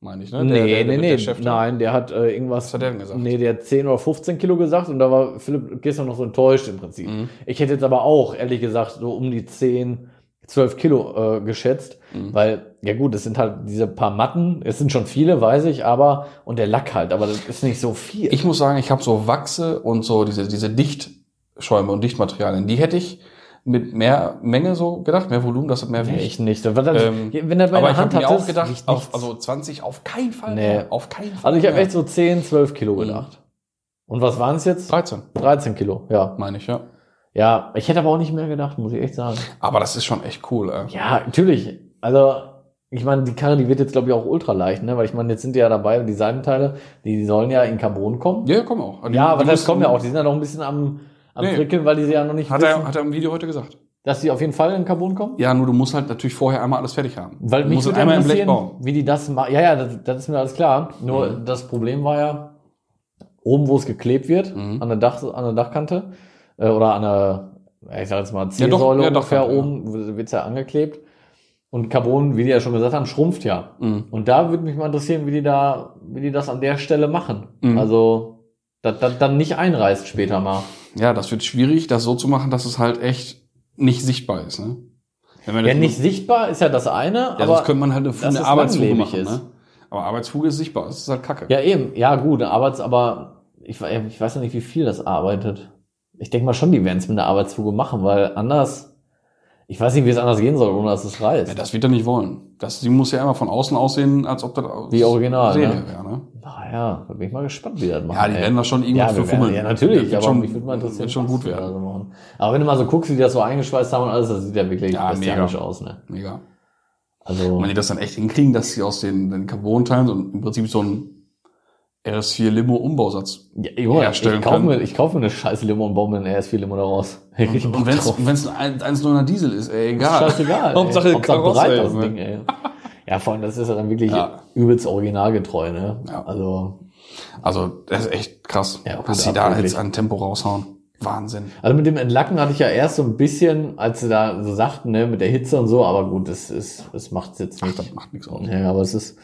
[SPEAKER 3] Meine ich, ne?
[SPEAKER 4] nee,
[SPEAKER 3] Der, der, der,
[SPEAKER 4] nee, nee,
[SPEAKER 3] Der Chef da.
[SPEAKER 4] nein, der hat äh, irgendwas.
[SPEAKER 3] Was hat der denn gesagt?
[SPEAKER 4] Nee, der hat 10 oder 15 Kilo gesagt und da war Philipp gestern noch so enttäuscht im Prinzip.
[SPEAKER 3] Mhm.
[SPEAKER 4] Ich hätte jetzt aber auch, ehrlich gesagt, so um die 10, 12 Kilo äh, geschätzt,
[SPEAKER 3] Mhm.
[SPEAKER 4] weil, ja gut, es sind halt diese paar Matten, es sind schon viele, weiß ich, aber, und der Lack halt, aber das ist nicht so viel.
[SPEAKER 3] Ich muss sagen, ich habe so Wachse und so diese, diese Dichtschäume und Dichtmaterialien, die hätte ich mit mehr Menge so gedacht, mehr Volumen, dass das mehr
[SPEAKER 4] nee,
[SPEAKER 3] wiegt.
[SPEAKER 4] ich nicht. Wenn er
[SPEAKER 3] Ähm,
[SPEAKER 4] wenn er bei
[SPEAKER 3] aber
[SPEAKER 4] der
[SPEAKER 3] ich
[SPEAKER 4] Hand
[SPEAKER 3] habe mir
[SPEAKER 4] hat,
[SPEAKER 3] auch gedacht,
[SPEAKER 4] riecht
[SPEAKER 3] auf,
[SPEAKER 4] nichts.
[SPEAKER 3] also 20 auf keinen Fall.
[SPEAKER 4] Nee.
[SPEAKER 3] mehr, Auf keinen Fall.
[SPEAKER 4] Also ich habe
[SPEAKER 3] mehr.
[SPEAKER 4] echt so 10, 12
[SPEAKER 3] Mhm.
[SPEAKER 4] Kilo gedacht. Und was waren es jetzt?
[SPEAKER 3] 13,
[SPEAKER 4] 13 Kilo, ja.
[SPEAKER 3] meine ich, ja.
[SPEAKER 4] Ja, ich hätte aber auch nicht mehr gedacht, muss ich echt sagen.
[SPEAKER 3] Aber das ist schon echt cool. Ey.
[SPEAKER 4] Ja, natürlich. Also, ich meine, die Karre, die wird jetzt, glaube ich, auch ultra leicht, ne? Weil ich meine, jetzt sind die ja dabei, die Seitenteile, die sollen ja in Carbon kommen.
[SPEAKER 3] Ja, komm auch. Also Die-
[SPEAKER 4] Ja, aber
[SPEAKER 3] die
[SPEAKER 4] das
[SPEAKER 3] müssen-
[SPEAKER 4] kommen ja auch. Die sind ja noch ein bisschen am, am
[SPEAKER 3] Nee.
[SPEAKER 4] Frickeln, weil die sie ja noch nicht
[SPEAKER 3] Hat
[SPEAKER 4] wissen,
[SPEAKER 3] er, hat er im Video heute gesagt.
[SPEAKER 4] dass die auf jeden Fall in Carbon kommen.
[SPEAKER 3] Ja, nur du musst halt natürlich vorher einmal alles fertig haben.
[SPEAKER 4] Weil
[SPEAKER 3] du
[SPEAKER 4] mich
[SPEAKER 3] musst es
[SPEAKER 4] würde
[SPEAKER 3] einmal im
[SPEAKER 4] interessieren,
[SPEAKER 3] Blech bauen. Mhm.
[SPEAKER 4] wie die das machen. Ja, ja, das, das ist mir alles klar. Nur das Problem war ja, oben, wo es geklebt wird,
[SPEAKER 3] Mhm.
[SPEAKER 4] an, der Dach, an der Dachkante äh, oder an der, ja, ich sag jetzt mal,
[SPEAKER 3] Ja, doch,
[SPEAKER 4] C-Säule
[SPEAKER 3] ja,
[SPEAKER 4] ungefähr
[SPEAKER 3] Dachkante, ja.
[SPEAKER 4] oben, wird's ja angeklebt. Und Carbon, wie die ja schon gesagt haben, schrumpft ja.
[SPEAKER 3] Mhm.
[SPEAKER 4] Und da würde mich mal interessieren, wie die da, wie die das an der Stelle machen.
[SPEAKER 3] Mhm.
[SPEAKER 4] Also, dass das dann nicht einreißt später mal.
[SPEAKER 3] Ja, das wird schwierig, das so zu machen, dass es halt echt nicht sichtbar ist. Ne? Wenn man
[SPEAKER 4] Ja,
[SPEAKER 3] das-
[SPEAKER 4] nicht sichtbar ist ja das eine,
[SPEAKER 3] Ja,
[SPEAKER 4] aber.
[SPEAKER 3] sonst könnte man halt eine,
[SPEAKER 4] dass
[SPEAKER 3] eine
[SPEAKER 4] es
[SPEAKER 3] Arbeitsfuge
[SPEAKER 4] langlebig
[SPEAKER 3] machen.
[SPEAKER 4] ist.
[SPEAKER 3] Ne? Aber Arbeitsfuge ist sichtbar, das ist halt kacke.
[SPEAKER 4] Ja, eben. Ja, gut, aber, aber ich, we- ich weiß ja nicht, wie viel das arbeitet. Ich denke mal schon, die werden es mit einer Arbeitsfuge machen, weil anders, ich weiß nicht, wie es anders gehen soll, ohne dass es reißt.
[SPEAKER 3] Ja, das wird er nicht wollen. Das, die muss ja immer von außen aussehen, als ob das aus-
[SPEAKER 4] Wie original,
[SPEAKER 3] Serie
[SPEAKER 4] ne?
[SPEAKER 3] wäre. Ne?
[SPEAKER 4] naja, da bin ich mal gespannt, wie die das machen.
[SPEAKER 3] Ja, die
[SPEAKER 4] ey.
[SPEAKER 3] werden da schon irgendwas
[SPEAKER 4] ja, wir
[SPEAKER 3] verfummeln.
[SPEAKER 4] werden, ja, natürlich,
[SPEAKER 3] wird
[SPEAKER 4] aber
[SPEAKER 3] schon,
[SPEAKER 4] mich würde mal interessieren,
[SPEAKER 3] Wird schon
[SPEAKER 4] was
[SPEAKER 3] gut
[SPEAKER 4] die da
[SPEAKER 3] werden.
[SPEAKER 4] so machen. Aber wenn du mal so guckst, wie die das so eingeschweißt haben und alles, das sieht ja wirklich
[SPEAKER 3] Ja,
[SPEAKER 4] bestialisch
[SPEAKER 3] mega.
[SPEAKER 4] aus, ne?
[SPEAKER 3] Mega.
[SPEAKER 4] Also,
[SPEAKER 3] wenn die das dann echt hinkriegen, dass sie aus den, den Carbon-Teilen so, im Prinzip so ein RS4-Limo-Umbausatz
[SPEAKER 4] ja, Junge, ich
[SPEAKER 3] herstellen
[SPEAKER 4] kaufe
[SPEAKER 3] können.
[SPEAKER 4] mir, ich kauf mir eine scheiß Limo und baue mir eine RS4 Limo daraus. Ich
[SPEAKER 3] Und
[SPEAKER 4] Bock drauf.
[SPEAKER 3] wenn es ein 1,9er Diesel ist, ey, egal.
[SPEAKER 4] Scheißegal.
[SPEAKER 3] Hauptsache
[SPEAKER 4] ey. Hauptsache
[SPEAKER 3] Karosse,
[SPEAKER 4] breit
[SPEAKER 3] ey,
[SPEAKER 4] das
[SPEAKER 3] ne?
[SPEAKER 4] Ding, ey. Ja, vor allem, das ist ja dann wirklich
[SPEAKER 3] Ja.
[SPEAKER 4] übelst originalgetreu, ne?
[SPEAKER 3] Ja.
[SPEAKER 4] Also,
[SPEAKER 3] Also, das ist echt krass,
[SPEAKER 4] Ja, gut,
[SPEAKER 3] dass sie da
[SPEAKER 4] ab,
[SPEAKER 3] jetzt
[SPEAKER 4] wirklich.
[SPEAKER 3] an Tempo raushauen. Wahnsinn.
[SPEAKER 4] also mit dem Entlacken hatte ich ja erst so ein bisschen, als sie da so sagten, ne, mit der Hitze und so, aber gut, das ist, das macht's jetzt
[SPEAKER 3] Ach,
[SPEAKER 4] nicht.
[SPEAKER 3] das macht nichts aus.
[SPEAKER 4] ja, aber es ist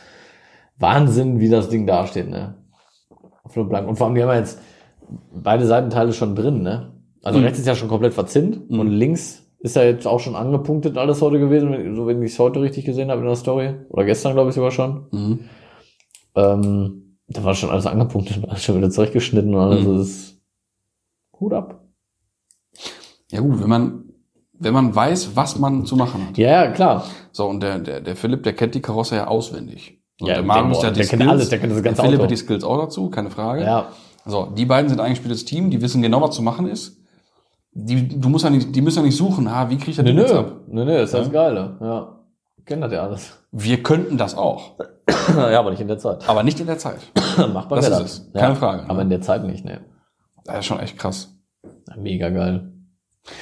[SPEAKER 4] Wahnsinn, wie das Ding dasteht, ne? Flip blank. Und vor allem, die haben ja jetzt beide Seitenteile schon drin, ne? Also
[SPEAKER 3] Mhm.
[SPEAKER 4] rechts ist ja schon komplett verzinnt und links ist ja jetzt auch schon angepunktet alles heute gewesen, so wenn ich es heute richtig gesehen habe in der Story. Oder gestern, glaube ich, sogar schon.
[SPEAKER 3] Mhm.
[SPEAKER 4] Ähm, da war schon alles angepunktet, war schon wieder zurechtgeschnitten und alles
[SPEAKER 3] Mhm.
[SPEAKER 4] das ist Hut ab.
[SPEAKER 3] Ja gut, wenn man, wenn man weiß, was man zu machen hat.
[SPEAKER 4] Ja, ja, klar.
[SPEAKER 3] So, und der, der, der Philipp, der kennt die Karosse ja auswendig. So,
[SPEAKER 4] Ja,
[SPEAKER 3] der Marius, der,
[SPEAKER 4] der-
[SPEAKER 3] hat die
[SPEAKER 4] der kennt
[SPEAKER 3] Skills.
[SPEAKER 4] alles, der kennt das ganze
[SPEAKER 3] der Philipp
[SPEAKER 4] Auto.
[SPEAKER 3] hat die Skills auch dazu, keine Frage.
[SPEAKER 4] Ja.
[SPEAKER 3] So, die beiden sind ein eingespieltes Team, die wissen genau, was zu machen ist. Die, du musst ja nicht, die müssen ja nicht suchen, ha, wie kriege ich das
[SPEAKER 4] Nö,
[SPEAKER 3] denn
[SPEAKER 4] nö.
[SPEAKER 3] jetzt ab?
[SPEAKER 4] Nö, nö, ist das Geile. Ja. Kennt das ja alles.
[SPEAKER 3] Wir könnten das auch,
[SPEAKER 4] ja, aber nicht in der Zeit.
[SPEAKER 3] aber nicht in der Zeit.
[SPEAKER 4] Machbar
[SPEAKER 3] Das
[SPEAKER 4] wäre
[SPEAKER 3] ist es. Keine Frage, ne?
[SPEAKER 4] Aber in der Zeit nicht, ne.
[SPEAKER 3] Das ist schon echt krass.
[SPEAKER 4] Mega geil.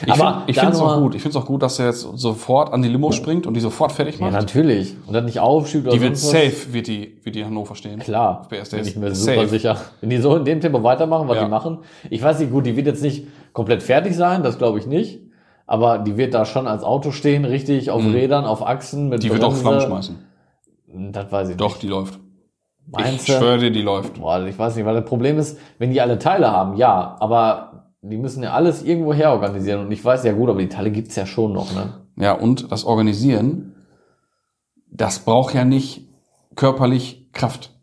[SPEAKER 3] Ich
[SPEAKER 4] Aber
[SPEAKER 3] finde
[SPEAKER 4] da
[SPEAKER 3] es auch
[SPEAKER 4] nochmal-
[SPEAKER 3] gut. Ich finde es auch gut, dass er jetzt sofort an die Limo springt und die sofort fertig
[SPEAKER 4] Ja,
[SPEAKER 3] macht.
[SPEAKER 4] natürlich. Und dann nicht aufschiebt oder
[SPEAKER 3] die wird
[SPEAKER 4] sonst was.
[SPEAKER 3] safe, wird die, wird die in Hannover stehen.
[SPEAKER 4] Klar,
[SPEAKER 3] Auf PSDS.
[SPEAKER 4] bin ich mir super
[SPEAKER 3] Safe.
[SPEAKER 4] sicher. Wenn die so in dem Tempo weitermachen, was
[SPEAKER 3] Ja.
[SPEAKER 4] die machen. Ich weiß nicht, gut, die wird jetzt nicht komplett fertig sein, das glaube ich nicht. Aber die wird da schon als Auto stehen, richtig, auf Rädern, auf Achsen. Mit
[SPEAKER 3] Mhm. Die wird auch
[SPEAKER 4] Bremse.
[SPEAKER 3] Flammen schmeißen.
[SPEAKER 4] Das weiß ich
[SPEAKER 3] Doch, die läuft.
[SPEAKER 4] nicht. Meinst
[SPEAKER 3] ich
[SPEAKER 4] du?
[SPEAKER 3] schwöre dir, die läuft.
[SPEAKER 4] Boah, ich weiß nicht, weil das Problem ist, wenn die alle Teile haben, ja, aber die müssen ja alles irgendwo her organisieren. Und ich weiß ja gut, aber die Teile gibt's ja schon noch, ne?
[SPEAKER 3] Ja, und das Organisieren, das braucht ja nicht körperlich Kraft.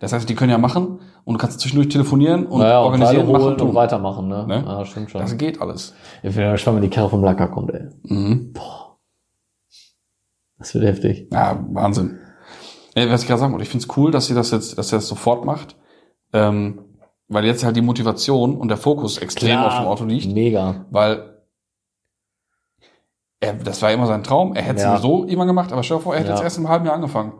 [SPEAKER 3] Das heißt, die können ja machen und du kannst zwischendurch telefonieren und
[SPEAKER 4] naja, und Teile
[SPEAKER 3] organisieren,
[SPEAKER 4] holen
[SPEAKER 3] tun.
[SPEAKER 4] und weitermachen, ne?
[SPEAKER 3] Ne?
[SPEAKER 4] Ja, stimmt schon.
[SPEAKER 3] Das geht alles.
[SPEAKER 4] Ich bin mal gespannt, wenn die Karre vom Lacker kommt, ey.
[SPEAKER 3] Mhm.
[SPEAKER 4] Das wird heftig.
[SPEAKER 3] Ja, Wahnsinn. Äh, was ich gerade sagen wollte, ich finde es cool, dass sie das jetzt, dass er das sofort macht, ähm, weil jetzt halt die Motivation und der Fokus extrem auf dem Auto liegt,
[SPEAKER 4] Mega.
[SPEAKER 3] weil er, das war immer sein Traum. Er hätte
[SPEAKER 4] Ja.
[SPEAKER 3] sowieso immer gemacht, aber stell dir vor, er hätte
[SPEAKER 4] Ja.
[SPEAKER 3] jetzt erst im halben Jahr angefangen.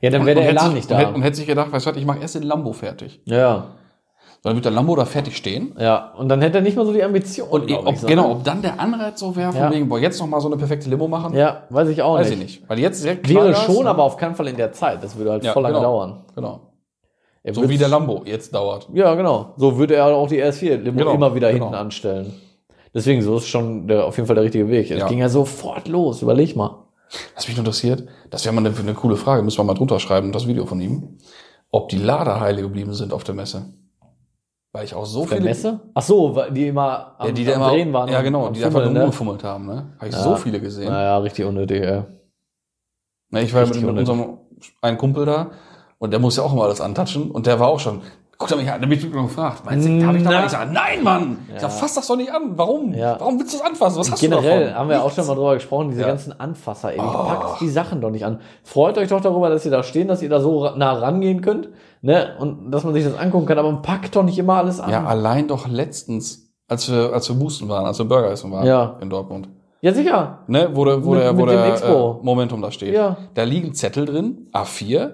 [SPEAKER 4] Ja, dann
[SPEAKER 3] Und-
[SPEAKER 4] wäre
[SPEAKER 3] und
[SPEAKER 4] der
[SPEAKER 3] hätte
[SPEAKER 4] Elan
[SPEAKER 3] sich- Und
[SPEAKER 4] nicht da.
[SPEAKER 3] hätte, und hätte sich gedacht, weißt du was, ich mache erst den Lambo fertig.
[SPEAKER 4] Ja, ja,
[SPEAKER 3] Dann wird der Lambo da fertig stehen.
[SPEAKER 4] ja. Und dann hätte er nicht mal so die Ambition.
[SPEAKER 3] Und ob,
[SPEAKER 4] glaub ich, ne? so.
[SPEAKER 3] genau, ob dann der Anreiz so wäre, von
[SPEAKER 4] Ja.
[SPEAKER 3] wegen, boah, jetzt noch mal so eine perfekte Limo machen,
[SPEAKER 4] Ja, weiß ich auch
[SPEAKER 3] weiß
[SPEAKER 4] nicht.
[SPEAKER 3] ich nicht. Weil jetzt direkt
[SPEAKER 4] Wäre
[SPEAKER 3] Knallgas,
[SPEAKER 4] schon,
[SPEAKER 3] ne?
[SPEAKER 4] aber auf keinen Fall in der Zeit. Das würde halt
[SPEAKER 3] Ja,
[SPEAKER 4] voll lange
[SPEAKER 3] genau.
[SPEAKER 4] dauern.
[SPEAKER 3] Genau.
[SPEAKER 4] Er
[SPEAKER 3] So
[SPEAKER 4] wird's-
[SPEAKER 3] wie der Lambo jetzt dauert.
[SPEAKER 4] Ja, genau. So würde er auch die RS4 Limo
[SPEAKER 3] Genau,
[SPEAKER 4] immer wieder
[SPEAKER 3] genau.
[SPEAKER 4] hinten anstellen. Deswegen, so ist schon der, auf jeden Fall der richtige Weg. Es
[SPEAKER 3] Ja.
[SPEAKER 4] ging ja sofort los. Überleg mal.
[SPEAKER 3] Was mich interessiert, das wäre mal eine, eine coole Frage, müssen wir mal drunter schreiben, das Video von ihm, ob die Lader heile geblieben sind auf der Messe. Weil ich auch so
[SPEAKER 4] Der
[SPEAKER 3] viele...
[SPEAKER 4] Messe? Ach so, weil die immer am,
[SPEAKER 3] Ja, die da
[SPEAKER 4] am
[SPEAKER 3] immer,
[SPEAKER 4] Drehen waren.
[SPEAKER 3] ja
[SPEAKER 4] und
[SPEAKER 3] genau,
[SPEAKER 4] am
[SPEAKER 3] die da einfach
[SPEAKER 4] Fummeln,
[SPEAKER 3] nur
[SPEAKER 4] ne?
[SPEAKER 3] rumgefummelt haben. Ne? Habe ich so viele gesehen.
[SPEAKER 4] Naja, richtig unnötig, ey.
[SPEAKER 3] Ne, ich war ja mit,
[SPEAKER 4] Richtig
[SPEAKER 3] mit unserem einen Kumpel da und der muss ja auch immer alles antatschen und der war auch schon. Guck mich an, der mich noch gefragt. Meinst du, darf ich da mal? Ich sag, nein, Mann! Ich sag, fass das doch nicht an. Warum?
[SPEAKER 4] Ja.
[SPEAKER 3] Warum willst du es anfassen? Was hast du
[SPEAKER 4] Generell
[SPEAKER 3] davon?
[SPEAKER 4] haben wir auch schon mal drüber gesprochen, diese
[SPEAKER 3] Ja. Oh.
[SPEAKER 4] ganzen Anfasser, ey, packt die Sachen doch nicht an. Freut euch doch darüber, dass ihr da stehen, dass ihr da so ra- nah rangehen könnt, ne? Und dass man sich das angucken kann, aber packt doch nicht immer alles an.
[SPEAKER 3] Ja, allein doch letztens, als wir, als wir Boosten waren, als wir Burger essen waren
[SPEAKER 4] Ja.
[SPEAKER 3] in Dortmund.
[SPEAKER 4] Ja, sicher.
[SPEAKER 3] Ne, wo der, wo
[SPEAKER 4] Mit-
[SPEAKER 3] der, wo
[SPEAKER 4] mit dem
[SPEAKER 3] der
[SPEAKER 4] Expo.
[SPEAKER 3] äh, Momentum da steht.
[SPEAKER 4] Ja.
[SPEAKER 3] Da liegen Zettel drin, A4,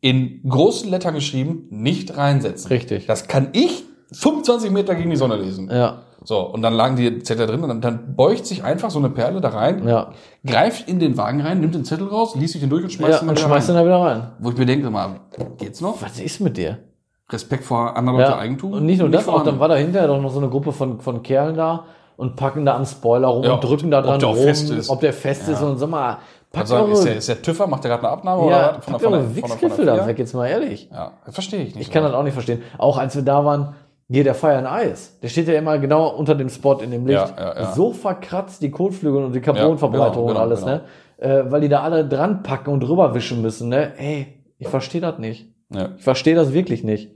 [SPEAKER 3] in großen Lettern geschrieben, nicht reinsetzen.
[SPEAKER 4] Richtig.
[SPEAKER 3] Das kann ich 25 Meter gegen die Sonne lesen.
[SPEAKER 4] Ja,
[SPEAKER 3] So, und dann lagen die Zettel drin und dann, dann beugt sich einfach so eine Perle da rein,
[SPEAKER 4] ja.
[SPEAKER 3] greift in den Wagen rein, nimmt den Zettel raus, liest sich den durch und schmeißt
[SPEAKER 4] Ja,
[SPEAKER 3] ihn mal
[SPEAKER 4] und
[SPEAKER 3] wieder
[SPEAKER 4] schmeißt ihn
[SPEAKER 3] rein.
[SPEAKER 4] da wieder rein.
[SPEAKER 3] Wo ich mir denke, mal, geht's noch?
[SPEAKER 4] Was ist mit dir?
[SPEAKER 3] Respekt vor anderer Leute
[SPEAKER 4] Ja,
[SPEAKER 3] Eigentum?
[SPEAKER 4] Und nicht nur das, auch
[SPEAKER 3] vorhanden.
[SPEAKER 4] dann war da hinterher doch noch so eine Gruppe von, von Kerlen da und packen da am Spoiler rum
[SPEAKER 3] Ja,
[SPEAKER 4] und drücken da
[SPEAKER 3] ob
[SPEAKER 4] dran
[SPEAKER 3] der auch
[SPEAKER 4] rum,
[SPEAKER 3] fest ist.
[SPEAKER 4] ob der fest ist und sag mal, packt
[SPEAKER 3] Also,
[SPEAKER 4] eure,
[SPEAKER 3] ist, der, ist der Tüffer, macht der gerade eine Abnahme
[SPEAKER 4] ja,
[SPEAKER 3] oder was?
[SPEAKER 4] packt eure Wichskiffel da
[SPEAKER 3] Vier?
[SPEAKER 4] weg, jetzt mal ehrlich.
[SPEAKER 3] Ja, verstehe ich nicht.
[SPEAKER 4] Ich kann das auch nicht verstehen. Auch als wir da waren, hier der Fire and Eis, der steht ja immer genau unter dem Spot in dem Licht.
[SPEAKER 3] Ja, ja, ja.
[SPEAKER 4] So verkratzt die Kotflügel und die Carbonverbreitung
[SPEAKER 3] Ja, genau,
[SPEAKER 4] und alles,
[SPEAKER 3] genau,
[SPEAKER 4] ne? Äh, weil die da alle dran packen und drüber wischen müssen, ne? Ey, ich verstehe das nicht.
[SPEAKER 3] ja.
[SPEAKER 4] Ich verstehe das wirklich nicht.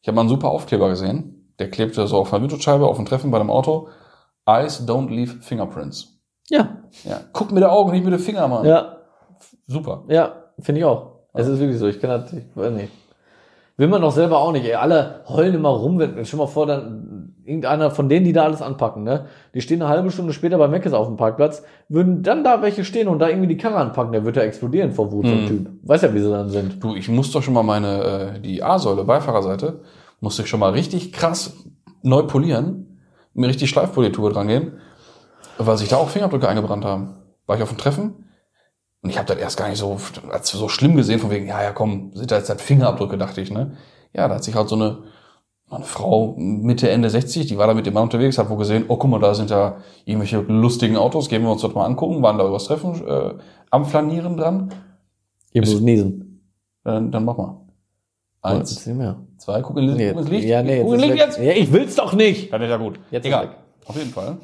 [SPEAKER 3] Ich habe mal einen super Aufkleber gesehen. Der klebte so auf einer Windschutzscheibe, auf dem Treffen bei einem Auto. Eyes don't leave fingerprints.
[SPEAKER 4] Ja,
[SPEAKER 3] Ja. Guck mit der Augen, nicht mit den Fingern, Mann.
[SPEAKER 4] ja,
[SPEAKER 3] Super.
[SPEAKER 4] Ja, finde ich auch. Es ist wirklich so. Ich kann das, ich weiß nicht. Will man doch selber auch nicht, ey. Alle heulen immer rum, wenn, schon mal vor, dann irgendeiner von denen, die da alles anpacken, ne? Die stehen eine halbe Stunde später bei Meckes auf dem Parkplatz, würden dann da welche stehen und da irgendwie die Karre anpacken, der wird ja explodieren vor Wut, so ein Typ. Weiß ja, wie sie dann sind.
[SPEAKER 3] Du, ich muss doch schon mal meine, äh, die A-Säule, Beifahrerseite, musste ich schon mal richtig krass neu polieren, mir richtig Schleifpolitur dran geben, weil sich da auch Fingerabdrücke eingebrannt haben. War ich auf dem Treffen und ich habe das erst gar nicht so als so schlimm gesehen, von wegen, ja, ja, komm, sind da jetzt halt Fingerabdrücke, dachte ich, ne? Ja, da hat sich halt so eine, eine Frau Mitte, Ende 60, die war da mit dem Mann unterwegs, hat wo gesehen, oh, guck mal, da sind ja irgendwelche lustigen Autos, gehen wir uns das mal angucken, waren da übers Treffen äh, am Flanieren dran,
[SPEAKER 4] Ihr müsst niesen.
[SPEAKER 3] dann, dann mach mal. Eins,
[SPEAKER 4] Jetzt nicht mehr.
[SPEAKER 3] Zwei, guck in,
[SPEAKER 4] Nee,
[SPEAKER 3] guck ins Licht.
[SPEAKER 4] ja, nee,
[SPEAKER 3] guck ins
[SPEAKER 4] ist
[SPEAKER 3] Licht
[SPEAKER 4] weg.
[SPEAKER 3] jetzt.
[SPEAKER 4] Ja, ich will's doch nicht.
[SPEAKER 3] Dann ist ja gut.
[SPEAKER 4] Jetzt ist
[SPEAKER 3] Egal.
[SPEAKER 4] weg.
[SPEAKER 3] Auf jeden Fall.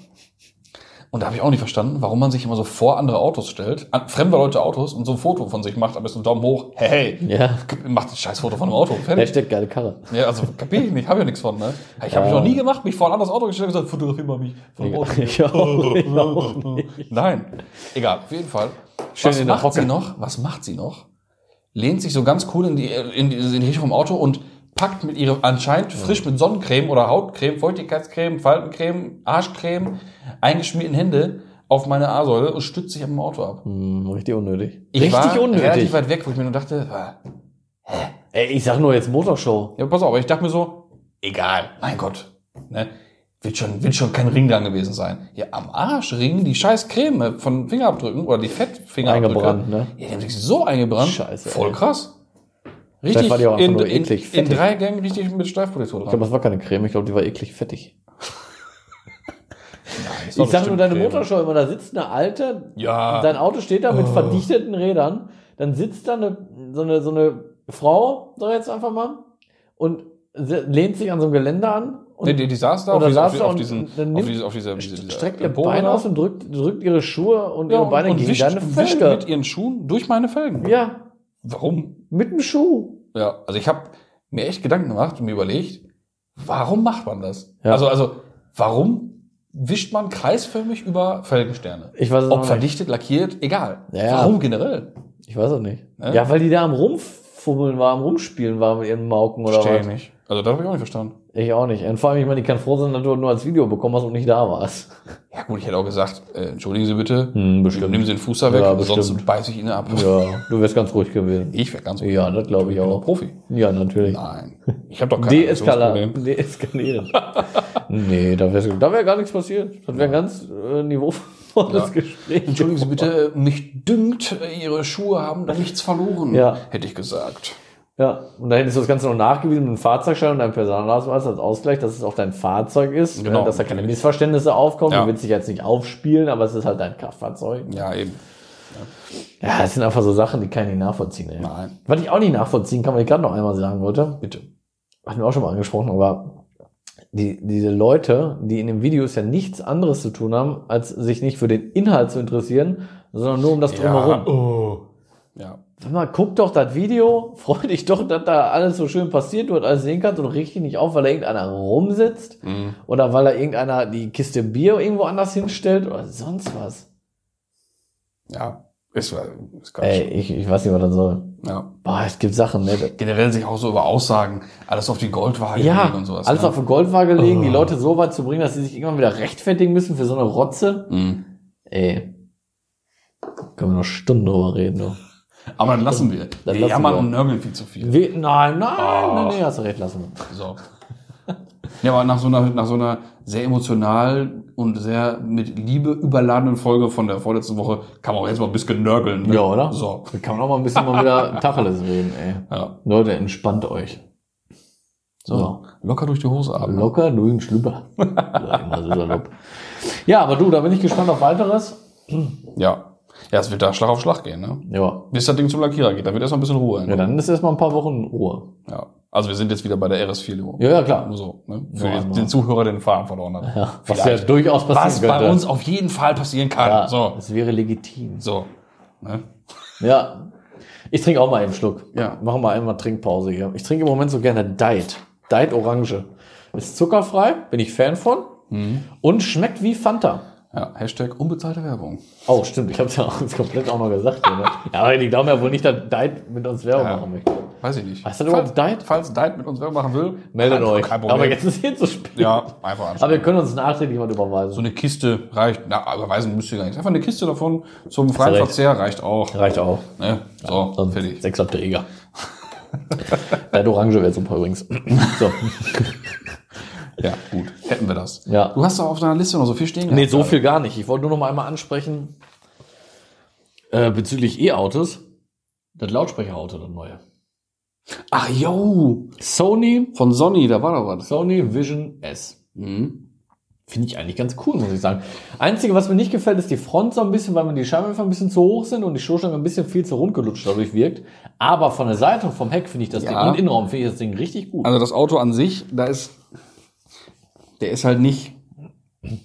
[SPEAKER 3] Und da habe ich auch nicht verstanden, warum man sich immer so vor andere Autos stellt, an fremde Leute Autos und so ein Foto von sich macht, am besten Daumen hoch, hey, hey,
[SPEAKER 4] Ja.
[SPEAKER 3] macht ein scheiß Foto von einem Auto, fertig.
[SPEAKER 4] Hashtag geile Karre.
[SPEAKER 3] Ja, also kapier ich nicht, habe ja nichts von, ne? Ich habe mich noch nie gemacht, mich vor ein anderes Auto gestellt und gesagt, fotografier mal mich.
[SPEAKER 4] Oh,
[SPEAKER 3] Von einem Auto.
[SPEAKER 4] Ich auch- ich auch
[SPEAKER 3] Nein. Egal, auf jeden Fall.
[SPEAKER 4] Schön
[SPEAKER 3] Was
[SPEAKER 4] in der
[SPEAKER 3] macht sie
[SPEAKER 4] Hocke.
[SPEAKER 3] noch? Was macht sie noch? Lehnt sich so ganz cool in die, in die, in die Richtung vom Auto und packt mit ihrem anscheinend frisch mit Sonnencreme oder Hautcreme, Feuchtigkeitscreme, Faltencreme, Arschcreme, eingeschmierten Hände auf meine A-Säule und stützt sich am Auto ab.
[SPEAKER 4] Hm, richtig unnötig.
[SPEAKER 3] Ich
[SPEAKER 4] richtig
[SPEAKER 3] war
[SPEAKER 4] unnötig.
[SPEAKER 3] relativ weit weg, wo ich mir nur dachte, ah,
[SPEAKER 4] Ey, ich sag nur jetzt Motorshow.
[SPEAKER 3] Ja, pass auf, aber ich dachte mir so, egal, mein Gott. Ne? Wird schon, wird schon kein Ring dran gewesen sein. Ja, am Arsch ringen die scheiß Creme von Fingerabdrücken oder die Fettfingerabdrücke.
[SPEAKER 4] Eingebrannt, ne?
[SPEAKER 3] Ja, die haben sich so eingebrannt.
[SPEAKER 4] Scheiße,
[SPEAKER 3] Voll
[SPEAKER 4] ey.
[SPEAKER 3] krass.
[SPEAKER 4] Vielleicht
[SPEAKER 3] Richtig,
[SPEAKER 4] war die auch einfach
[SPEAKER 3] in,
[SPEAKER 4] nur
[SPEAKER 3] in,
[SPEAKER 4] eklig,
[SPEAKER 3] in
[SPEAKER 4] fettig.
[SPEAKER 3] drei Gängen richtig mit Steifpolitur
[SPEAKER 4] Ich glaube,
[SPEAKER 3] dran.
[SPEAKER 4] das war keine Creme. Ich glaube, die war eklig fettig.
[SPEAKER 3] Das war
[SPEAKER 4] Ich sag nur
[SPEAKER 3] bestimmt
[SPEAKER 4] deine
[SPEAKER 3] Creme.
[SPEAKER 4] Motorshow immer, da sitzt eine alte,
[SPEAKER 3] Ja.
[SPEAKER 4] Oh. dein Auto steht da mit verdichteten Rädern, dann sitzt da eine, so, eine, so eine Frau, sag ich jetzt einfach mal, und se- lehnt sich an so einem Geländer an und
[SPEAKER 3] Nee, äh, die, die saß da
[SPEAKER 4] oder
[SPEAKER 3] auf, diese,
[SPEAKER 4] saß
[SPEAKER 3] auf,
[SPEAKER 4] da
[SPEAKER 3] auf
[SPEAKER 4] und
[SPEAKER 3] diesen,
[SPEAKER 4] dann
[SPEAKER 3] auf
[SPEAKER 4] nimmt-
[SPEAKER 3] diese, auf diese, diese, diese
[SPEAKER 4] streckt ihr
[SPEAKER 3] Empore
[SPEAKER 4] Beine
[SPEAKER 3] da.
[SPEAKER 4] aus und drückt, drückt ihre Schuhe und
[SPEAKER 3] ja,
[SPEAKER 4] ihre Beine
[SPEAKER 3] und
[SPEAKER 4] gegen
[SPEAKER 3] wischt,
[SPEAKER 4] deine
[SPEAKER 3] wischt
[SPEAKER 4] Felge.
[SPEAKER 3] mit ihren Schuhen durch meine Felgen.
[SPEAKER 4] Ja,
[SPEAKER 3] Warum?
[SPEAKER 4] mit dem Schuh.
[SPEAKER 3] Ja, also ich habe mir echt Gedanken gemacht und mir überlegt, warum macht man das?
[SPEAKER 4] Ja.
[SPEAKER 3] Also, also, warum wischt man kreisförmig über Felgensterne?
[SPEAKER 4] Ich weiß es
[SPEAKER 3] Ob
[SPEAKER 4] auch Also nicht.
[SPEAKER 3] verdichtet, lackiert, egal.
[SPEAKER 4] Ja, ja.
[SPEAKER 3] Warum generell?
[SPEAKER 4] Ich weiß es nicht.
[SPEAKER 3] Ne?
[SPEAKER 4] Ja, weil die da am Rumfummeln war, am Rumspielen war mit ihren Mauken oder
[SPEAKER 3] Versteh ich
[SPEAKER 4] was.
[SPEAKER 3] nicht. Also, das habe ich auch nicht verstanden.
[SPEAKER 4] Ich auch nicht. Und vor allem, ich meine, ich kann froh sein, dass du das nur als Video bekommen hast und nicht da warst.
[SPEAKER 3] Ja, gut, ich hätte auch gesagt, äh, entschuldigen Sie bitte,
[SPEAKER 4] Hm, bestimmt.
[SPEAKER 3] nehmen Sie den Fuß da weg,
[SPEAKER 4] Ja,
[SPEAKER 3] sonst
[SPEAKER 4] bestimmt.
[SPEAKER 3] beiß ich Ihnen ab.
[SPEAKER 4] Ja, du wärst ganz ruhig gewesen.
[SPEAKER 3] Ich wäre ganz
[SPEAKER 4] Ja, das glaube ich
[SPEAKER 3] bin doch
[SPEAKER 4] auch.
[SPEAKER 3] Profi.
[SPEAKER 4] Ja, natürlich.
[SPEAKER 3] Nein. Ich habe doch kein
[SPEAKER 4] Deeskalieren.
[SPEAKER 3] Aggressionsproblem.
[SPEAKER 4] Deeskalieren. nee, da wäre da wär gar nichts passiert. Das wäre ein ganz äh, niveauvolles
[SPEAKER 3] Ja.
[SPEAKER 4] Gespräch.
[SPEAKER 3] Entschuldigen Sie bitte, äh, mich dünkt, äh, Ihre Schuhe haben da nichts verloren,
[SPEAKER 4] Ja.
[SPEAKER 3] hätte ich gesagt.
[SPEAKER 4] Ja, und dann hättest du das Ganze noch nachgewiesen mit einem Fahrzeugschein und einem Personalausweis als Ausgleich, dass es auch dein Fahrzeug ist,
[SPEAKER 3] Genau,
[SPEAKER 4] ne, dass da keine
[SPEAKER 3] natürlich.
[SPEAKER 4] Missverständnisse aufkommen.
[SPEAKER 3] Ja.
[SPEAKER 4] Du willst dich jetzt nicht aufspielen, aber es ist halt dein Kraftfahrzeug.
[SPEAKER 3] Ja, eben.
[SPEAKER 4] Ja, es sind einfach so Sachen, die kann ich nicht nachvollziehen. Ey.
[SPEAKER 3] Nein,
[SPEAKER 4] Was ich auch nicht nachvollziehen kann, was ich gerade noch einmal sagen wollte,
[SPEAKER 3] bitte.
[SPEAKER 4] hatten wir auch schon mal angesprochen, aber die, diese Leute, die in den Videos ja nichts anderes zu tun haben, als sich nicht für den Inhalt zu interessieren, sondern nur um das drumherum.
[SPEAKER 3] Ja.
[SPEAKER 4] Sag mal, guck doch das Video, freu dich doch, dass da alles so schön passiert, du das alles sehen kannst und richte dich nicht auf, weil da irgendeiner rumsitzt oder weil da irgendeiner die Kiste Bier irgendwo anders hinstellt oder sonst was.
[SPEAKER 3] Ja, ist, äh, ist Quatsch.
[SPEAKER 4] Ey, ich, ich weiß nicht, was das soll.
[SPEAKER 3] Ja.
[SPEAKER 4] Boah, es gibt Sachen, ne?
[SPEAKER 3] Generell sich auch so über Aussagen, alles auf die Goldwaage
[SPEAKER 4] Ja,
[SPEAKER 3] legen und sowas.
[SPEAKER 4] alles
[SPEAKER 3] ne? Oh.
[SPEAKER 4] auf eine Goldwaage legen, die Leute so weit zu bringen, dass sie sich irgendwann wieder rechtfertigen müssen für so eine Rotze.
[SPEAKER 3] Mhm.
[SPEAKER 4] Ey. Können wir noch Stunden drüber reden, du.
[SPEAKER 3] Aber dann lassen wir.
[SPEAKER 4] Dann
[SPEAKER 3] wir
[SPEAKER 4] lassen
[SPEAKER 3] jammern
[SPEAKER 4] wir.
[SPEAKER 3] und nörgeln viel zu viel.
[SPEAKER 4] Wir, nein, nein,
[SPEAKER 3] Ah.
[SPEAKER 4] nein, nee, hast du recht, lassen wir.
[SPEAKER 3] So. Ja, aber nach so, einer, nach so einer sehr emotional und sehr mit Liebe überladenen Folge von der vorletzten Woche kann man auch jetzt mal ein bisschen nörgeln. ne?
[SPEAKER 4] Ja, oder?
[SPEAKER 3] So.
[SPEAKER 4] Da kann man auch mal ein bisschen mal wieder Tacheles reden, ey.
[SPEAKER 3] Ja.
[SPEAKER 4] Leute, entspannt euch.
[SPEAKER 3] so. Locker durch die Hose atmen.
[SPEAKER 4] Locker durch den Schlüpper. Sag ich mal so salopp. ja, aber du, da bin ich gespannt auf weiteres.
[SPEAKER 3] Ja. Ja, es wird da Schlag auf Schlag gehen, ne?
[SPEAKER 4] Ja.
[SPEAKER 3] Bis das Ding zum Lackierer geht, da wird erstmal ein bisschen Ruhe.
[SPEAKER 4] Ja,
[SPEAKER 3] Ne?
[SPEAKER 4] dann ist erstmal ein paar Wochen Ruhe.
[SPEAKER 3] Ja, Also wir sind jetzt wieder bei der RS4-Limo.
[SPEAKER 4] Ja, ja, klar.
[SPEAKER 3] Nur so, ne? Für
[SPEAKER 4] Ja,
[SPEAKER 3] den,
[SPEAKER 4] aber-
[SPEAKER 3] den Zuhörer den Faden verloren hat.
[SPEAKER 4] Ja, was ja
[SPEAKER 3] Vielleicht.
[SPEAKER 4] durchaus passieren
[SPEAKER 3] Was
[SPEAKER 4] könnte.
[SPEAKER 3] bei uns auf jeden Fall passieren kann.
[SPEAKER 4] ja,
[SPEAKER 3] So.
[SPEAKER 4] Es wäre legitim.
[SPEAKER 3] So. Ne?
[SPEAKER 4] Ja. Ich trinke auch mal einen Schluck.
[SPEAKER 3] Ja.
[SPEAKER 4] Machen wir einmal Trinkpause hier. Ich trinke im Moment so gerne Diet. Diet Orange. Ist zuckerfrei, bin ich Fan von.
[SPEAKER 3] Mhm.
[SPEAKER 4] Und schmeckt wie Fanta.
[SPEAKER 3] Ja, Hashtag unbezahlte Werbung.
[SPEAKER 4] Oh, stimmt, ich habe ja auch komplett auch noch gesagt. Hier, ne? ja, aber die glauben ja wohl nicht, dass Diet mit uns Werbung
[SPEAKER 3] Ja.
[SPEAKER 4] machen möchte.
[SPEAKER 3] Weiß ich nicht.
[SPEAKER 4] Hast du überhaupt Diet?
[SPEAKER 3] Falls Diet mit uns Werbung machen will,
[SPEAKER 4] Meldet
[SPEAKER 3] kein-
[SPEAKER 4] euch.
[SPEAKER 3] Kein Problem.
[SPEAKER 4] aber jetzt ist hier zu spät.
[SPEAKER 3] ja, einfach anschauen.
[SPEAKER 4] Aber wir können uns nachträglich mal überweisen.
[SPEAKER 3] so eine Kiste reicht. Na, überweisen müsst ihr gar nicht. Einfach eine Kiste davon zum freien
[SPEAKER 4] recht.
[SPEAKER 3] Verzehr reicht auch.
[SPEAKER 4] Reicht auch.
[SPEAKER 3] Ne? So,
[SPEAKER 4] Sonst
[SPEAKER 3] fertig.
[SPEAKER 4] Sechs habt ihr egal. Diet Orange wäre super übrigens. so.
[SPEAKER 3] Ja, gut. Hätten wir das.
[SPEAKER 4] Ja.
[SPEAKER 3] Du hast doch auf deiner Liste noch so viel stehen
[SPEAKER 4] Nee,
[SPEAKER 3] gehabt
[SPEAKER 4] so
[SPEAKER 3] gerade.
[SPEAKER 4] viel gar nicht. Ich wollte nur noch mal einmal ansprechen äh, bezüglich E-Autos. Das Lautsprecherauto, das neue.
[SPEAKER 3] Ach, yo.
[SPEAKER 4] Sony,
[SPEAKER 3] Von Sonny, da war doch was.
[SPEAKER 4] Sony Vision S.
[SPEAKER 3] Mhm.
[SPEAKER 4] Finde ich eigentlich ganz cool, muss ich sagen. Einzige, was mir nicht gefällt, ist die Front so ein bisschen, weil mir die Scheinwerfer ein bisschen zu hoch sind und die Stoßstange ein bisschen viel zu rund gelutscht dadurch wirkt. Aber von der Seite und vom Heck finde ich das
[SPEAKER 3] Ja.
[SPEAKER 4] Ding und Innenraum finde ich das Ding richtig gut.
[SPEAKER 3] Also das Auto an sich, da ist, der ist halt nicht,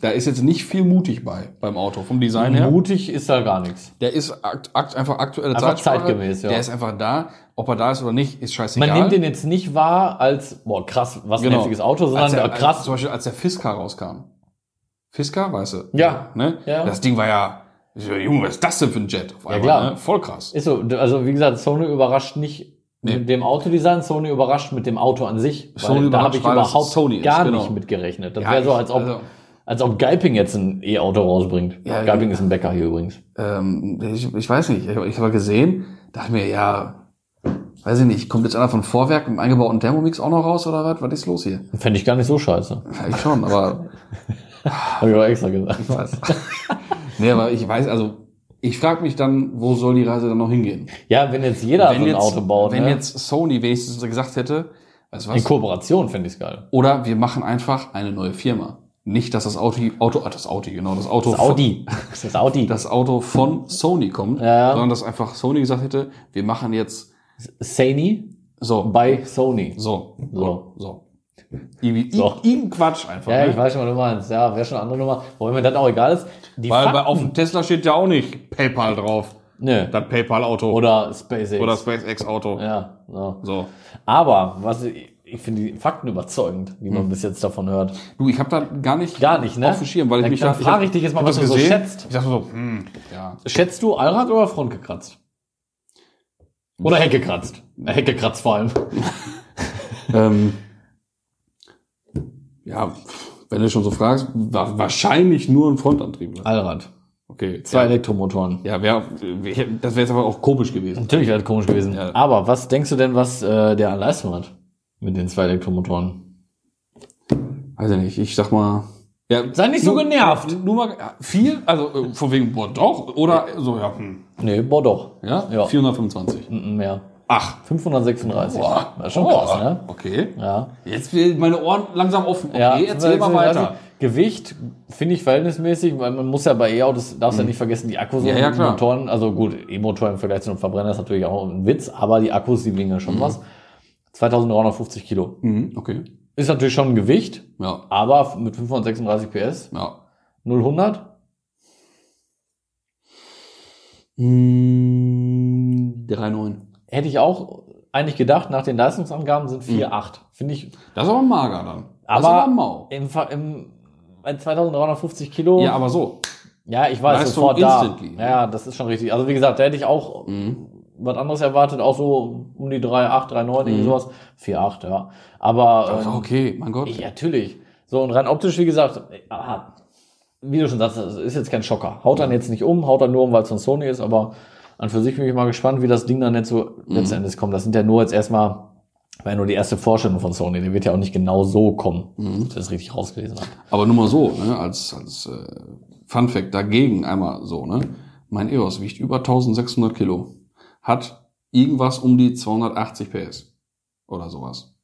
[SPEAKER 3] da ist jetzt nicht viel mutig bei, beim Auto, vom Design her.
[SPEAKER 4] Mutig ist da gar nichts.
[SPEAKER 3] Der ist akt, akt, einfach aktuelle
[SPEAKER 4] Einfach
[SPEAKER 3] Zeitsprache.
[SPEAKER 4] zeitgemäß, ja.
[SPEAKER 3] Der ist einfach da. Ob er da ist oder nicht, ist scheißegal.
[SPEAKER 4] Man nimmt den jetzt nicht wahr als, boah, krass, was
[SPEAKER 3] Genau.
[SPEAKER 4] ein heftiges Auto, sondern
[SPEAKER 3] als der, Als,
[SPEAKER 4] krass.
[SPEAKER 3] zum Beispiel, als der Fisker rauskam. Fisker, weißt du?
[SPEAKER 4] Ja.
[SPEAKER 3] Ne?
[SPEAKER 4] Ja.
[SPEAKER 3] Das Ding war ja, ich so, Junge, was ist das denn für ein Jet? Auf
[SPEAKER 4] klar.
[SPEAKER 3] Ne? Voll krass.
[SPEAKER 4] Ist so, also wie gesagt, Sony überrascht nicht
[SPEAKER 3] Nee.
[SPEAKER 4] mit dem Autodesign, Sony überrascht mit dem Auto an sich. Weil
[SPEAKER 3] Sony
[SPEAKER 4] da habe
[SPEAKER 3] überrascht,
[SPEAKER 4] ich
[SPEAKER 3] weil es
[SPEAKER 4] überhaupt
[SPEAKER 3] Sony ist,
[SPEAKER 4] gar
[SPEAKER 3] genau.
[SPEAKER 4] nicht mitgerechnet. Das
[SPEAKER 3] Ja,
[SPEAKER 4] wäre so,
[SPEAKER 3] ich-
[SPEAKER 4] als ob,
[SPEAKER 3] also-
[SPEAKER 4] als ob Geiping jetzt ein E-Auto rausbringt.
[SPEAKER 3] Ja,
[SPEAKER 4] Geiping ist ein Bäcker hier übrigens.
[SPEAKER 3] Ähm, ich, ich weiß nicht, ich, ich habe gesehen, dachte mir, ja, weiß ich nicht, kommt jetzt einer von Vorwerk mit einem eingebauten Thermomix auch noch raus oder was? Was ist los hier?
[SPEAKER 4] Fände ich gar nicht so scheiße.
[SPEAKER 3] Ja, ich schon, aber
[SPEAKER 4] Habe ich aber extra gesagt.
[SPEAKER 3] was? nee, aber ich weiß, also ich frage mich dann, wo soll die Reise dann noch hingehen?
[SPEAKER 4] Ja, wenn jetzt jeder so ein Auto baut,
[SPEAKER 3] wenn
[SPEAKER 4] ne?
[SPEAKER 3] jetzt Sony wenigstens gesagt hätte, weißt du
[SPEAKER 4] in
[SPEAKER 3] was?
[SPEAKER 4] Kooperation fände ich es geil.
[SPEAKER 3] Oder wir machen einfach eine neue Firma. nicht, dass das Auto, Auto, ah, das Audi, genau, das Auto,
[SPEAKER 4] Das Audi. Das ist Audi.
[SPEAKER 3] Von, das Auto von Sony kommt,
[SPEAKER 4] Ja.
[SPEAKER 3] sondern dass einfach Sony gesagt hätte, wir machen jetzt
[SPEAKER 4] Sony
[SPEAKER 3] so,
[SPEAKER 4] bei Sony.
[SPEAKER 3] so,
[SPEAKER 4] So.
[SPEAKER 3] so. Irgendwie,
[SPEAKER 4] So.
[SPEAKER 3] irgendein Quatsch einfach.
[SPEAKER 4] Ja,
[SPEAKER 3] ne?
[SPEAKER 4] ich weiß schon, was du meinst. Ja, wäre schon eine andere Nummer. Wobei mir das auch egal ist. Die
[SPEAKER 3] Weil
[SPEAKER 4] Fakten,
[SPEAKER 3] bei, auf dem Tesla steht ja auch nicht PayPal drauf.
[SPEAKER 4] Nö.
[SPEAKER 3] Das PayPal-Auto.
[SPEAKER 4] Oder SpaceX.
[SPEAKER 3] Oder SpaceX-Auto.
[SPEAKER 4] ja, so.
[SPEAKER 3] So.
[SPEAKER 4] Aber, was ich, ich finde die Fakten überzeugend, die man bis jetzt davon hört.
[SPEAKER 3] Du, ich habe da gar nicht,
[SPEAKER 4] Gar nicht, ne?
[SPEAKER 3] Hm. auf dem Schirm, weil
[SPEAKER 4] Da-
[SPEAKER 3] ich mich
[SPEAKER 4] da
[SPEAKER 3] da
[SPEAKER 4] frage ich dich jetzt mal, was du so schätzt.
[SPEAKER 3] Ich dachte so, hm, ja.
[SPEAKER 4] Schätzt du Allrad oder Front gekratzt? Oder Hecke gekratzt? Äh, Hecke gekratzt vor allem.
[SPEAKER 3] Ähm, ja, pff, wenn du schon so fragst, wa wahrscheinlich nur ein Frontantrieb. ne?
[SPEAKER 4] Allrad.
[SPEAKER 3] Okay.
[SPEAKER 4] Zwei
[SPEAKER 3] ja,
[SPEAKER 4] Elektromotoren.
[SPEAKER 3] ja wär, wär, das wäre jetzt aber auch komisch gewesen.
[SPEAKER 4] Natürlich wäre das komisch gewesen.
[SPEAKER 3] Ja.
[SPEAKER 4] Aber was denkst du denn, was äh, der an Leistung hat? Mit den zwei Elektromotoren.
[SPEAKER 3] Weiß ich nicht, ich sag mal. Ja,
[SPEAKER 4] Sei nicht so genervt.
[SPEAKER 3] Nur mal ja, viel, also äh, von wegen, boah, doch, oder so, ja, hm,
[SPEAKER 4] Nee, boah doch.
[SPEAKER 3] ja,
[SPEAKER 4] Ja.
[SPEAKER 3] 425.
[SPEAKER 4] Mm, mm, Mehr.
[SPEAKER 3] Ach,
[SPEAKER 4] 536.
[SPEAKER 3] Boah.
[SPEAKER 4] Das ist schon
[SPEAKER 3] oh,
[SPEAKER 4] krass, ne?
[SPEAKER 3] Okay.
[SPEAKER 4] Ja.
[SPEAKER 3] Jetzt will meine Ohren langsam offen. Okay,
[SPEAKER 4] ja,
[SPEAKER 3] erzähl mal
[SPEAKER 4] 536.
[SPEAKER 3] weiter.
[SPEAKER 4] Gewicht finde ich verhältnismäßig, weil man muss ja bei E-Autos, darfst ja nicht vergessen, die Akkus
[SPEAKER 3] Hm. Ja, ja, klar.
[SPEAKER 4] Motoren, also gut, E-Motor im Vergleich zu einem Verbrenner ist natürlich auch ein Witz, aber die Akkus, die wiegen ja
[SPEAKER 3] Hm.
[SPEAKER 4] schon was. 2350 Kilo.
[SPEAKER 3] Mhm, okay.
[SPEAKER 4] Ist natürlich schon ein Gewicht,
[SPEAKER 3] Ja,
[SPEAKER 4] aber mit 536 PS,
[SPEAKER 3] ja.
[SPEAKER 4] 0 100,
[SPEAKER 3] 3,9.
[SPEAKER 4] hätte ich auch eigentlich gedacht, nach den Leistungsangaben sind
[SPEAKER 3] Hm.
[SPEAKER 4] 4,8. Finde ich
[SPEAKER 3] Das ist aber mager dann. das ist
[SPEAKER 4] Aber-
[SPEAKER 3] aber mau.
[SPEAKER 4] im, Ver- im bei 2350 Kilo.
[SPEAKER 3] Ja, aber so.
[SPEAKER 4] Ja, ich weiß,
[SPEAKER 3] Leistung
[SPEAKER 4] sofort da.
[SPEAKER 3] instantly. Mhm.
[SPEAKER 4] Ja, das ist schon richtig. Also wie gesagt, da hätte ich auch was anderes erwartet, auch so um die 3,8, 3,9, irgendwie sowas. 4,8, ja. Aber
[SPEAKER 3] Also
[SPEAKER 4] ähm,
[SPEAKER 3] Mhm. okay, mein Gott.
[SPEAKER 4] ich, natürlich. So, und rein optisch, wie gesagt, äh, aha, wie du schon sagst, das ist jetzt kein Schocker. Haut
[SPEAKER 3] Mhm.
[SPEAKER 4] dann jetzt nicht um, haut dann nur um, weil es von Sony ist, aber an für sich bin ich mal gespannt, wie das Ding dann jetzt so
[SPEAKER 3] Mhm.
[SPEAKER 4] letzten Endes kommt. Das sind ja nur jetzt erstmal, war ja nur die erste Vorstellung von Sony, der wird ja auch nicht genau so kommen,
[SPEAKER 3] Mhm.
[SPEAKER 4] dass ich das richtig rausgelesen habe.
[SPEAKER 3] Aber nur mal so, ne, als, als äh, Fun Fact dagegen einmal so, ne? Mein EOS wiegt über 1600 Kilo, hat irgendwas um die 280 PS oder sowas.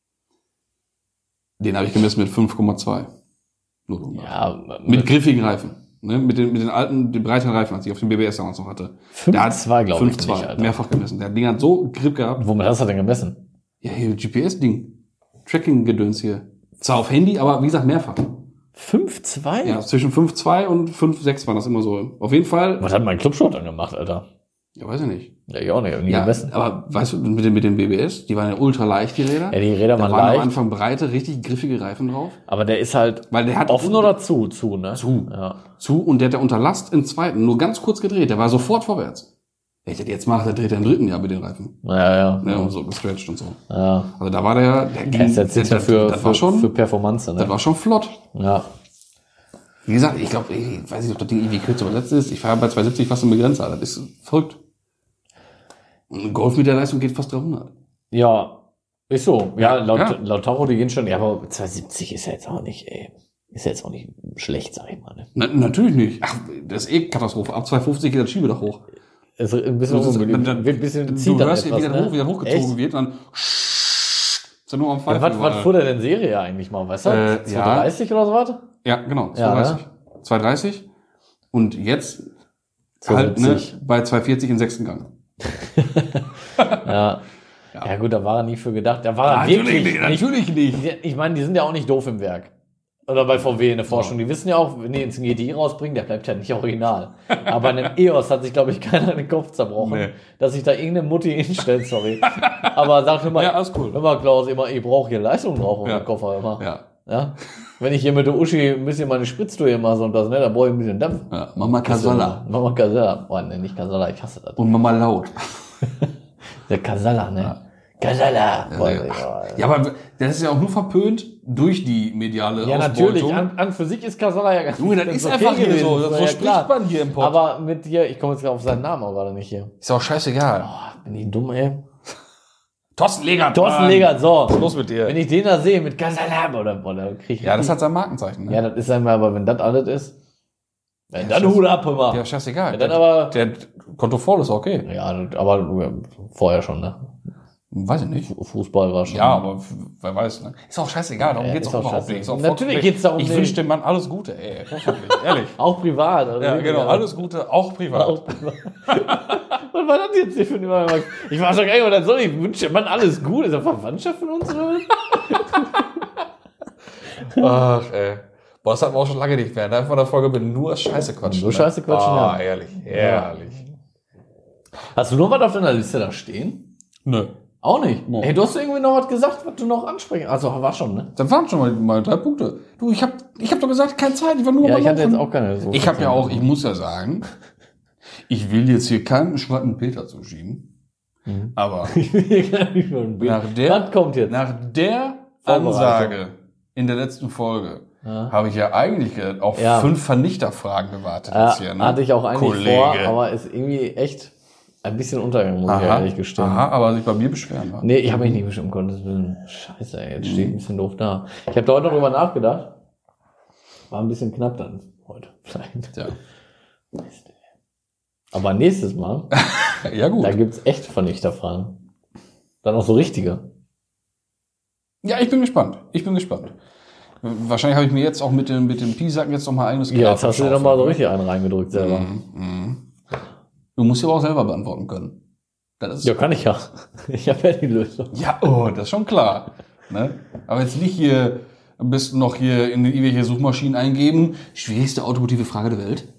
[SPEAKER 3] Den habe ich gemessen mit 5,2. Nur 100.
[SPEAKER 4] Ja,
[SPEAKER 3] Mit griffigen Reifen. Ne, mit, den, mit den alten, den breiteren Reifen, als ich auf dem BBS damals noch hatte.
[SPEAKER 4] 5,2 glaube ich.
[SPEAKER 3] 5,2,
[SPEAKER 4] nicht, Alter.
[SPEAKER 3] mehrfach gemessen. Der Ding hat so Grip gehabt.
[SPEAKER 4] Womit hast du denn gemessen?
[SPEAKER 3] Ja, hier GPS-Ding. Tracking-Gedöns hier. Zwar auf Handy, aber wie gesagt, mehrfach.
[SPEAKER 4] 5,2?
[SPEAKER 3] Ja, zwischen 5,2 und 5,6 waren das immer so. Auf jeden Fall.
[SPEAKER 4] Was hat mein Clubshot dann gemacht, Alter?
[SPEAKER 3] Ja, weiß ich nicht.
[SPEAKER 4] Ja, ich auch nicht. Irgendwie
[SPEAKER 3] Ja,
[SPEAKER 4] gemessen.
[SPEAKER 3] aber weißt du, mit den, mit den BBS, die waren ja ultra leicht, die Räder.
[SPEAKER 4] Ja, die Räder
[SPEAKER 3] da
[SPEAKER 4] waren
[SPEAKER 3] waren
[SPEAKER 4] leicht.
[SPEAKER 3] am Anfang breite, richtig griffige Reifen drauf.
[SPEAKER 4] Aber der ist halt
[SPEAKER 3] Weil der hat
[SPEAKER 4] offen oder zu? Zu, ne?
[SPEAKER 3] zu.
[SPEAKER 4] Ja.
[SPEAKER 3] zu und der hat ja unter Last im zweiten nur ganz kurz gedreht. Der war sofort vorwärts. Wenn ich das jetzt mache, dann dreht er im dritten Jahr mit den Reifen.
[SPEAKER 4] Ja, ja.
[SPEAKER 3] Ne, und so gestretched und so.
[SPEAKER 4] ja.
[SPEAKER 3] Also da war der, der ging,
[SPEAKER 4] Er ist jetzt nicht
[SPEAKER 3] das,
[SPEAKER 4] für,
[SPEAKER 3] das war
[SPEAKER 4] für,
[SPEAKER 3] schon,
[SPEAKER 4] für Performance,
[SPEAKER 3] das
[SPEAKER 4] ne?
[SPEAKER 3] war schon flott.
[SPEAKER 4] Ja.
[SPEAKER 3] Wie gesagt, ich glaube, ich weiß nicht, ob das Ding irgendwie kürzer übersetzt ist. Ich fahre bei 270 fast im Begrenzer. Das ist verrückt. Ein Golf mit der Leistung geht fast 300.
[SPEAKER 4] Ja. Ist so. Ja, laut,
[SPEAKER 3] ja.
[SPEAKER 4] laut Tacho, die gehen schon. Ja, aber 270 ist ja jetzt auch nicht, ey. Ist ja jetzt auch nicht schlecht, sag ich mal. Ne?
[SPEAKER 3] Na, natürlich nicht. Ach, das ist eh Katastrophe. Ab 250 geht das Schiebedach hoch.
[SPEAKER 4] Ist ein bisschen
[SPEAKER 3] Das ist-
[SPEAKER 4] ungemütlich.
[SPEAKER 3] dann-
[SPEAKER 4] Wird ein bisschen
[SPEAKER 3] Du
[SPEAKER 4] zieht dann
[SPEAKER 3] hörst,
[SPEAKER 4] etwas,
[SPEAKER 3] wie das,
[SPEAKER 4] ne?
[SPEAKER 3] hoch, wie das hochgezogen
[SPEAKER 4] Echt?
[SPEAKER 3] wird. Dann ist ja nur am
[SPEAKER 4] Ja,
[SPEAKER 3] Pfeifen.
[SPEAKER 4] was, was
[SPEAKER 3] überall.
[SPEAKER 4] fuhr der denn Serie eigentlich mal? Weißt du?
[SPEAKER 3] Äh,
[SPEAKER 4] 230 oder so was?
[SPEAKER 3] Ja, genau.
[SPEAKER 4] Ja, ne?
[SPEAKER 3] 230. 230. Und jetzt halt ne,
[SPEAKER 4] 270.
[SPEAKER 3] bei 240 in sechsten Gang.
[SPEAKER 4] Ja. ja. gut, da war er nie für gedacht. Da war er wirklich nicht.
[SPEAKER 3] nicht. ne?
[SPEAKER 4] Ich meine, die sind ja auch nicht doof im Werk. Oder bei VW in der Forschung. Die wissen ja auch, wenn die jetzt einen GTI rausbringen, der bleibt ja nicht original. Aber in einem EOS hat sich, glaube ich, keiner den Kopf zerbrochen,
[SPEAKER 3] Nee.
[SPEAKER 4] dass sich da irgendeine Mutti hinstellt, sorry. Aber sag mir mal,
[SPEAKER 3] Ja, alles cool.
[SPEAKER 4] hör mal Klaus, immer, ich brauche hier Leistung drauf auf
[SPEAKER 3] Ja.
[SPEAKER 4] dem Koffer immer.
[SPEAKER 3] Ja.
[SPEAKER 4] Ja? Wenn ich hier mit der Uschi ein bisschen meine Spritztour hier mache und das, ne, dann brauche ich ein bisschen Dampf.
[SPEAKER 3] ja. Mama Casalla.
[SPEAKER 4] Mama Casalla. Boah, ne, nicht Casalla, ich hasse das.
[SPEAKER 3] Und Mama Laut.
[SPEAKER 4] Der Casalla, ne? Casalla. Boah, oh.
[SPEAKER 3] ja.
[SPEAKER 4] ey, boah.
[SPEAKER 3] Ja, aber das ist ja auch nur verpönt durch die mediale
[SPEAKER 4] Ja,
[SPEAKER 3] Ausbeutung.
[SPEAKER 4] natürlich. An, an für sich ist Casala ja ganz
[SPEAKER 3] Junge, das ist einfach hier so.
[SPEAKER 4] Das
[SPEAKER 3] So
[SPEAKER 4] war ja
[SPEAKER 3] spricht
[SPEAKER 4] klar.
[SPEAKER 3] man hier im Pott.
[SPEAKER 4] Aber mit dir, ich komme jetzt gerade auf seinen Namen auch gerade nicht hier.
[SPEAKER 3] Ist auch scheißegal.
[SPEAKER 4] Boah, bin ich dumm, ey.
[SPEAKER 3] Thorsten Legert.
[SPEAKER 4] Thorsten
[SPEAKER 3] Mann.
[SPEAKER 4] Legert, so.
[SPEAKER 3] Schluss mit dir.
[SPEAKER 4] Wenn ich den da sehe mit Casala, oder, boah, da krieg ich.
[SPEAKER 3] ja, das hat sein Markenzeichen. Ne?
[SPEAKER 4] ja, das ist einmal, aber wenn das alles ist, ja, dann
[SPEAKER 3] scheiß-
[SPEAKER 4] Hut ab, immer.
[SPEAKER 3] Ja, scheißegal.
[SPEAKER 4] dann aber,
[SPEAKER 3] der Konto voll ist okay.
[SPEAKER 4] ja, das- aber äh, vorher schon, ne?
[SPEAKER 3] Weiß ich nicht.
[SPEAKER 4] Fußball war schon.
[SPEAKER 3] Ja, aber f- wer weiß, ne? Ist auch scheißegal, darum
[SPEAKER 4] Hm. Ja,
[SPEAKER 3] geht's
[SPEAKER 4] ist
[SPEAKER 3] auch
[SPEAKER 4] auch
[SPEAKER 3] überhaupt
[SPEAKER 4] scheiße.
[SPEAKER 3] nicht. Ist auch
[SPEAKER 4] Natürlich
[SPEAKER 3] vollkommen-
[SPEAKER 4] geht's darum
[SPEAKER 3] Ich
[SPEAKER 4] nicht.
[SPEAKER 3] wünsche dem Mann alles Gute, ey. Wirklich, Ehrlich.
[SPEAKER 4] Auch privat. Also
[SPEAKER 3] Ja,
[SPEAKER 4] wirklich,
[SPEAKER 3] genau,
[SPEAKER 4] aber-
[SPEAKER 3] alles Gute, auch privat.
[SPEAKER 4] Auch privat. Was war das jetzt hier für ein Übergang? Ich war schon gar nicht, was das soll ich wünsche dir, Mann, alles gut. Ist das Verwandtschaft von uns oder was?
[SPEAKER 3] Ach, ey. Boah, das hatten wir auch schon lange nicht mehr. Da haben wir eine Folge mit nur Scheiße quatschen.
[SPEAKER 4] Nur
[SPEAKER 3] ne?
[SPEAKER 4] Scheiße quatschen,
[SPEAKER 3] Ah,
[SPEAKER 4] ja.
[SPEAKER 3] ehrlich, ehrlich.
[SPEAKER 4] Hast du noch was auf deiner Liste da stehen?
[SPEAKER 3] Nö.
[SPEAKER 4] Auch nicht.
[SPEAKER 3] Nee.
[SPEAKER 4] Ey, du hast irgendwie noch was gesagt, was du noch ansprechen. Also war schon, ne?
[SPEAKER 3] Dann waren schon mal meine drei Punkte. Du, ich hab, ich hab doch gesagt, keine Zeit, ich war nur
[SPEAKER 4] Ja,
[SPEAKER 3] am
[SPEAKER 4] ich hatte
[SPEAKER 3] Laufen.
[SPEAKER 4] jetzt auch keine so.
[SPEAKER 3] Ich habe ja auch, ich muss ja sagen, ich will jetzt hier keinen schwatten Peter zuschieben.
[SPEAKER 4] Mhm.
[SPEAKER 3] Aber nach
[SPEAKER 4] was
[SPEAKER 3] der,
[SPEAKER 4] kommt jetzt?
[SPEAKER 3] nach der
[SPEAKER 4] Vorbereitung.
[SPEAKER 3] Ansage in der letzten Folge
[SPEAKER 4] Ja.
[SPEAKER 3] habe ich ja eigentlich äh, auf
[SPEAKER 4] Ja.
[SPEAKER 3] fünf Vernichterfragen gewartet.
[SPEAKER 4] Ja,
[SPEAKER 3] jetzt hier, ne?
[SPEAKER 4] Hatte ich auch eigentlich
[SPEAKER 3] Kollege.
[SPEAKER 4] vor, aber ist irgendwie echt ein bisschen untergegangen, muss ich
[SPEAKER 3] aha,
[SPEAKER 4] ehrlich gestehen.
[SPEAKER 3] aha, aber sich bei mir beschweren war.
[SPEAKER 4] Nee, ich habe mich nicht bestimmt, um Gottes Willen. Scheiße, ey, jetzt steht ein bisschen doof da. Ich habe da heute noch drüber nachgedacht. War ein bisschen knapp dann heute, vielleicht.
[SPEAKER 3] Ja.
[SPEAKER 4] Mist, ey. Aber nächstes Mal,
[SPEAKER 3] Ja gut.
[SPEAKER 4] da gibt's echt Vernichterfragen. Dann auch so richtige.
[SPEAKER 3] Ja, ich bin gespannt. Ich bin gespannt. Wahrscheinlich habe ich mir jetzt auch mit dem, mit dem Pisacken jetzt nochmal eigenes
[SPEAKER 4] Ja, jetzt hast du dir nochmal so richtig einen reingedrückt selber.
[SPEAKER 3] Mhm, mhm. Du musst sie aber auch selber beantworten können. Das ist
[SPEAKER 4] Ja, kann ich ja. Ich habe ja die Lösung.
[SPEAKER 3] Ja, oh, das ist schon klar. Ne? Aber jetzt nicht hier, am besten noch hier in die irgendwelche Suchmaschinen eingeben, schwierigste automotive Frage der Welt.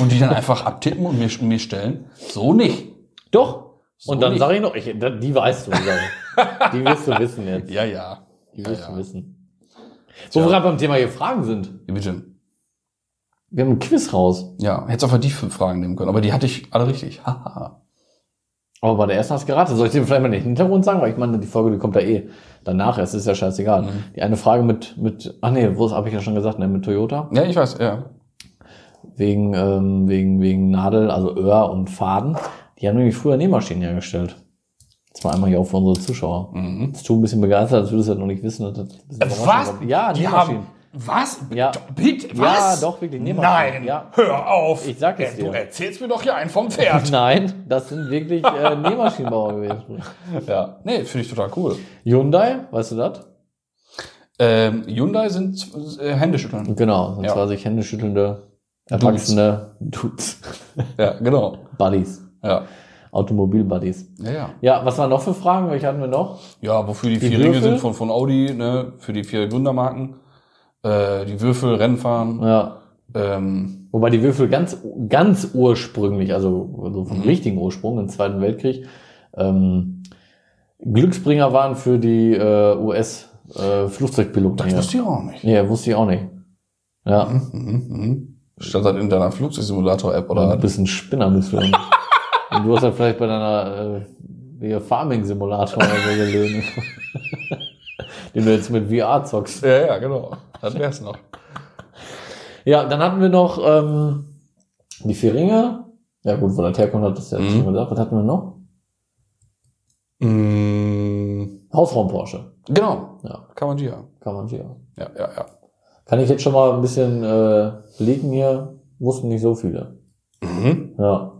[SPEAKER 3] Und die dann einfach abtippen und mir, mir stellen. So nicht.
[SPEAKER 4] Doch. Und dann
[SPEAKER 3] nicht.
[SPEAKER 4] sage ich noch, ich, da- die weißt du. Sag ich. die wirst du wissen jetzt.
[SPEAKER 3] Ja, ja.
[SPEAKER 4] Die wirst
[SPEAKER 3] ja,
[SPEAKER 4] du
[SPEAKER 3] ja.
[SPEAKER 4] wissen. Wo wir gerade beim Thema hier Fragen sind.
[SPEAKER 3] Ja, Bitte.
[SPEAKER 4] Wir haben ein Quiz raus.
[SPEAKER 3] Ja, hättest einfach die fünf Fragen nehmen können, aber die hatte ich alle richtig. Haha.
[SPEAKER 4] Aber bei der ersten hast du geraten. Soll ich dir vielleicht mal den Hintergrund sagen? Weil ich meine, die Folge, die kommt da eh danach erst. Ist ja scheißegal.
[SPEAKER 3] Mhm.
[SPEAKER 4] Die eine Frage mit, mit, ach nee, wo habe ich ja schon gesagt, ne, mit Toyota.
[SPEAKER 3] ja, ich weiß, ja.
[SPEAKER 4] Wegen, ähm, wegen, wegen Nadel, also Öhr und Faden. Die haben nämlich früher Nähmaschinen hergestellt. Jetzt mal einmal hier auch für unsere Zuschauer.
[SPEAKER 3] Mhm. Äh,
[SPEAKER 4] Das tut ein bisschen begeistert, als würdest du das noch nicht wissen. Das ist ein bisschen überraschend. Äh, Ja,
[SPEAKER 3] die
[SPEAKER 4] Nähmaschinen.
[SPEAKER 3] haben. Was?
[SPEAKER 4] Ja.
[SPEAKER 3] Bitte,
[SPEAKER 4] Ja,
[SPEAKER 3] was?
[SPEAKER 4] doch, wirklich, Nähmaschinen.
[SPEAKER 3] Nein,
[SPEAKER 4] Ja.
[SPEAKER 3] hör auf. Äh,
[SPEAKER 4] Ich sag es
[SPEAKER 3] Du
[SPEAKER 4] dir.
[SPEAKER 3] erzählst mir doch hier einen vom Pferd.
[SPEAKER 4] Nein, das sind wirklich äh, Nähmaschinenbauer gewesen.
[SPEAKER 3] ja. Nee, finde ich total cool.
[SPEAKER 4] Hyundai, weißt du das?
[SPEAKER 3] Ähm, Hyundai sind äh, Händeschütteln.
[SPEAKER 4] Genau, sind
[SPEAKER 3] Ja.
[SPEAKER 4] zwar sich händeschüttelnde, erwachsene Dudes.
[SPEAKER 3] Ja, genau.
[SPEAKER 4] Buddies.
[SPEAKER 3] Ja.
[SPEAKER 4] Automobil-Buddies.
[SPEAKER 3] Ja, ja.
[SPEAKER 4] Ja, was waren noch für Fragen? Welche hatten wir noch?
[SPEAKER 3] ja, wofür die,
[SPEAKER 4] Die
[SPEAKER 3] vier Ringe
[SPEAKER 4] Würfel?
[SPEAKER 3] sind von, von Audi, ne, für die vier Gründermarken. Äh, die Würfel, Rennfahren.
[SPEAKER 4] Ja.
[SPEAKER 3] Ähm,
[SPEAKER 4] Wobei die Würfel ganz, ganz ursprünglich, also, also
[SPEAKER 3] Mhm.
[SPEAKER 4] vom richtigen Ursprung im Zweiten Weltkrieg, ähm, Glücksbringer waren für die äh, US-Flugzeugpiloten.
[SPEAKER 3] das wusste ich auch nicht.
[SPEAKER 4] ja, wusste ich auch nicht. Ja,
[SPEAKER 3] Mhm, mhm. Stand halt in deiner Flugsimulator-App
[SPEAKER 4] du
[SPEAKER 3] oder
[SPEAKER 4] bist ein Spinner, bist du. Und du hast halt vielleicht bei deiner äh, hier Farming-Simulator oder so gelöhnt. Den du jetzt mit VR zockst.
[SPEAKER 3] Ja, ja, genau. Dann wär's noch.
[SPEAKER 4] Ja, dann hatten wir noch ähm, die vier Ringe. Ja gut, wo das herkommt, hat das ja jetzt
[SPEAKER 3] Mhm.
[SPEAKER 4] schon gesagt. Was hatten wir noch?
[SPEAKER 3] Mhm.
[SPEAKER 4] Hausraum Porsche.
[SPEAKER 3] Genau.
[SPEAKER 4] Ja,
[SPEAKER 3] Kann man ja.
[SPEAKER 4] kann man hier.
[SPEAKER 3] Ja, ja, ja.
[SPEAKER 4] Kann ich jetzt schon mal ein bisschen äh, legen hier. Wussten nicht so viele.
[SPEAKER 3] Mhm.
[SPEAKER 4] Ja.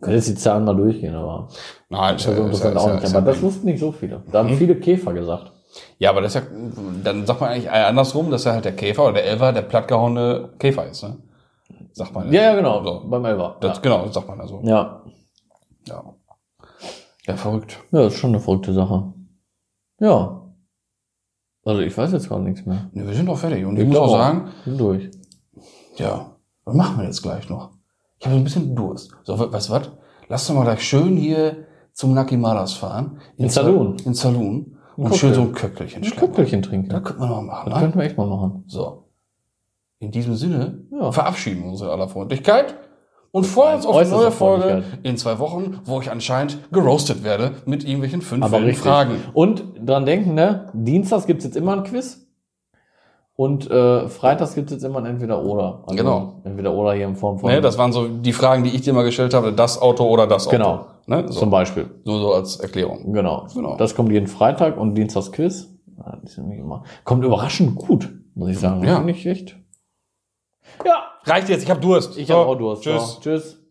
[SPEAKER 4] Könnte jetzt die Zahlen mal durchgehen, aber äh,
[SPEAKER 3] Nein, äh,
[SPEAKER 4] das ist ja Hm? so interessant auch nicht. Aber das wussten nicht so viele. Da haben viele Käfer gesagt.
[SPEAKER 3] Ja, aber das ist ja, dann sagt man eigentlich eher andersrum, dass er halt der Käfer oder der Elfer der plattgehauene Käfer ist, ne? Sagt man.
[SPEAKER 4] Ja, ja, genau.
[SPEAKER 3] So.
[SPEAKER 4] Beim Elber.
[SPEAKER 3] Das, Genau, das sagt man also.
[SPEAKER 4] Ja.
[SPEAKER 3] Ja. Ja, verrückt.
[SPEAKER 4] ja, ist schon eine verrückte Sache. Ja. Also ich weiß jetzt gar nichts mehr.
[SPEAKER 3] Ne, wir sind doch fertig. Und ich,
[SPEAKER 4] Ich
[SPEAKER 3] muss auch
[SPEAKER 4] glaube auch.
[SPEAKER 3] sagen,
[SPEAKER 4] Bin durch.
[SPEAKER 3] ja, was machen wir jetzt gleich noch? Ich habe so ein bisschen Durst. So, we- weißt du was? Lass doch mal gleich schön hier zum Lucky Malas fahren.
[SPEAKER 4] In Saloon.
[SPEAKER 3] In Saloon. Und
[SPEAKER 4] Cocktail.
[SPEAKER 3] schön so ein Köckelchen
[SPEAKER 4] Ein
[SPEAKER 3] schleppen.
[SPEAKER 4] Köpfelchen trinken.
[SPEAKER 3] Da könnten wir noch mal
[SPEAKER 4] Das
[SPEAKER 3] machen. Ne?
[SPEAKER 4] könnten wir echt mal machen.
[SPEAKER 3] So. In diesem Sinne
[SPEAKER 4] Ja.
[SPEAKER 3] verabschieden wir uns in aller Freundlichkeit und freuen uns auf eine
[SPEAKER 4] äußerster
[SPEAKER 3] neue Folge
[SPEAKER 4] Freundlichkeit.
[SPEAKER 3] in zwei Wochen, wo ich anscheinend geroastet werde mit irgendwelchen fünf
[SPEAKER 4] Aber
[SPEAKER 3] wilden
[SPEAKER 4] richtig.
[SPEAKER 3] Fragen.
[SPEAKER 4] Und dran denken, ne? Dienstags gibt's jetzt immer ein Quiz. Und äh, freitags gibt's jetzt immer ein Entweder-Oder. Also
[SPEAKER 3] Genau.
[SPEAKER 4] Entweder-Oder hier in Form von.
[SPEAKER 3] Ne, das waren so die Fragen, die ich dir mal gestellt habe. Das Auto oder das Auto.
[SPEAKER 4] Genau.
[SPEAKER 3] Ne?
[SPEAKER 4] Zum
[SPEAKER 3] So.
[SPEAKER 4] Beispiel.
[SPEAKER 3] Nur so als Erklärung.
[SPEAKER 4] Genau.
[SPEAKER 3] Genau.
[SPEAKER 4] Das kommt jeden Freitag und Dienstags Quiz. Ah, das ist nämlich immer- Kommt überraschend gut, muss ich sagen.
[SPEAKER 3] Ja.
[SPEAKER 4] Finde ich echt. Oh, Ja,
[SPEAKER 3] Reicht jetzt, ich habe Durst.
[SPEAKER 4] ich
[SPEAKER 3] So,
[SPEAKER 4] habe auch Durst.
[SPEAKER 3] Tschüss.
[SPEAKER 4] Ja. Tschüss.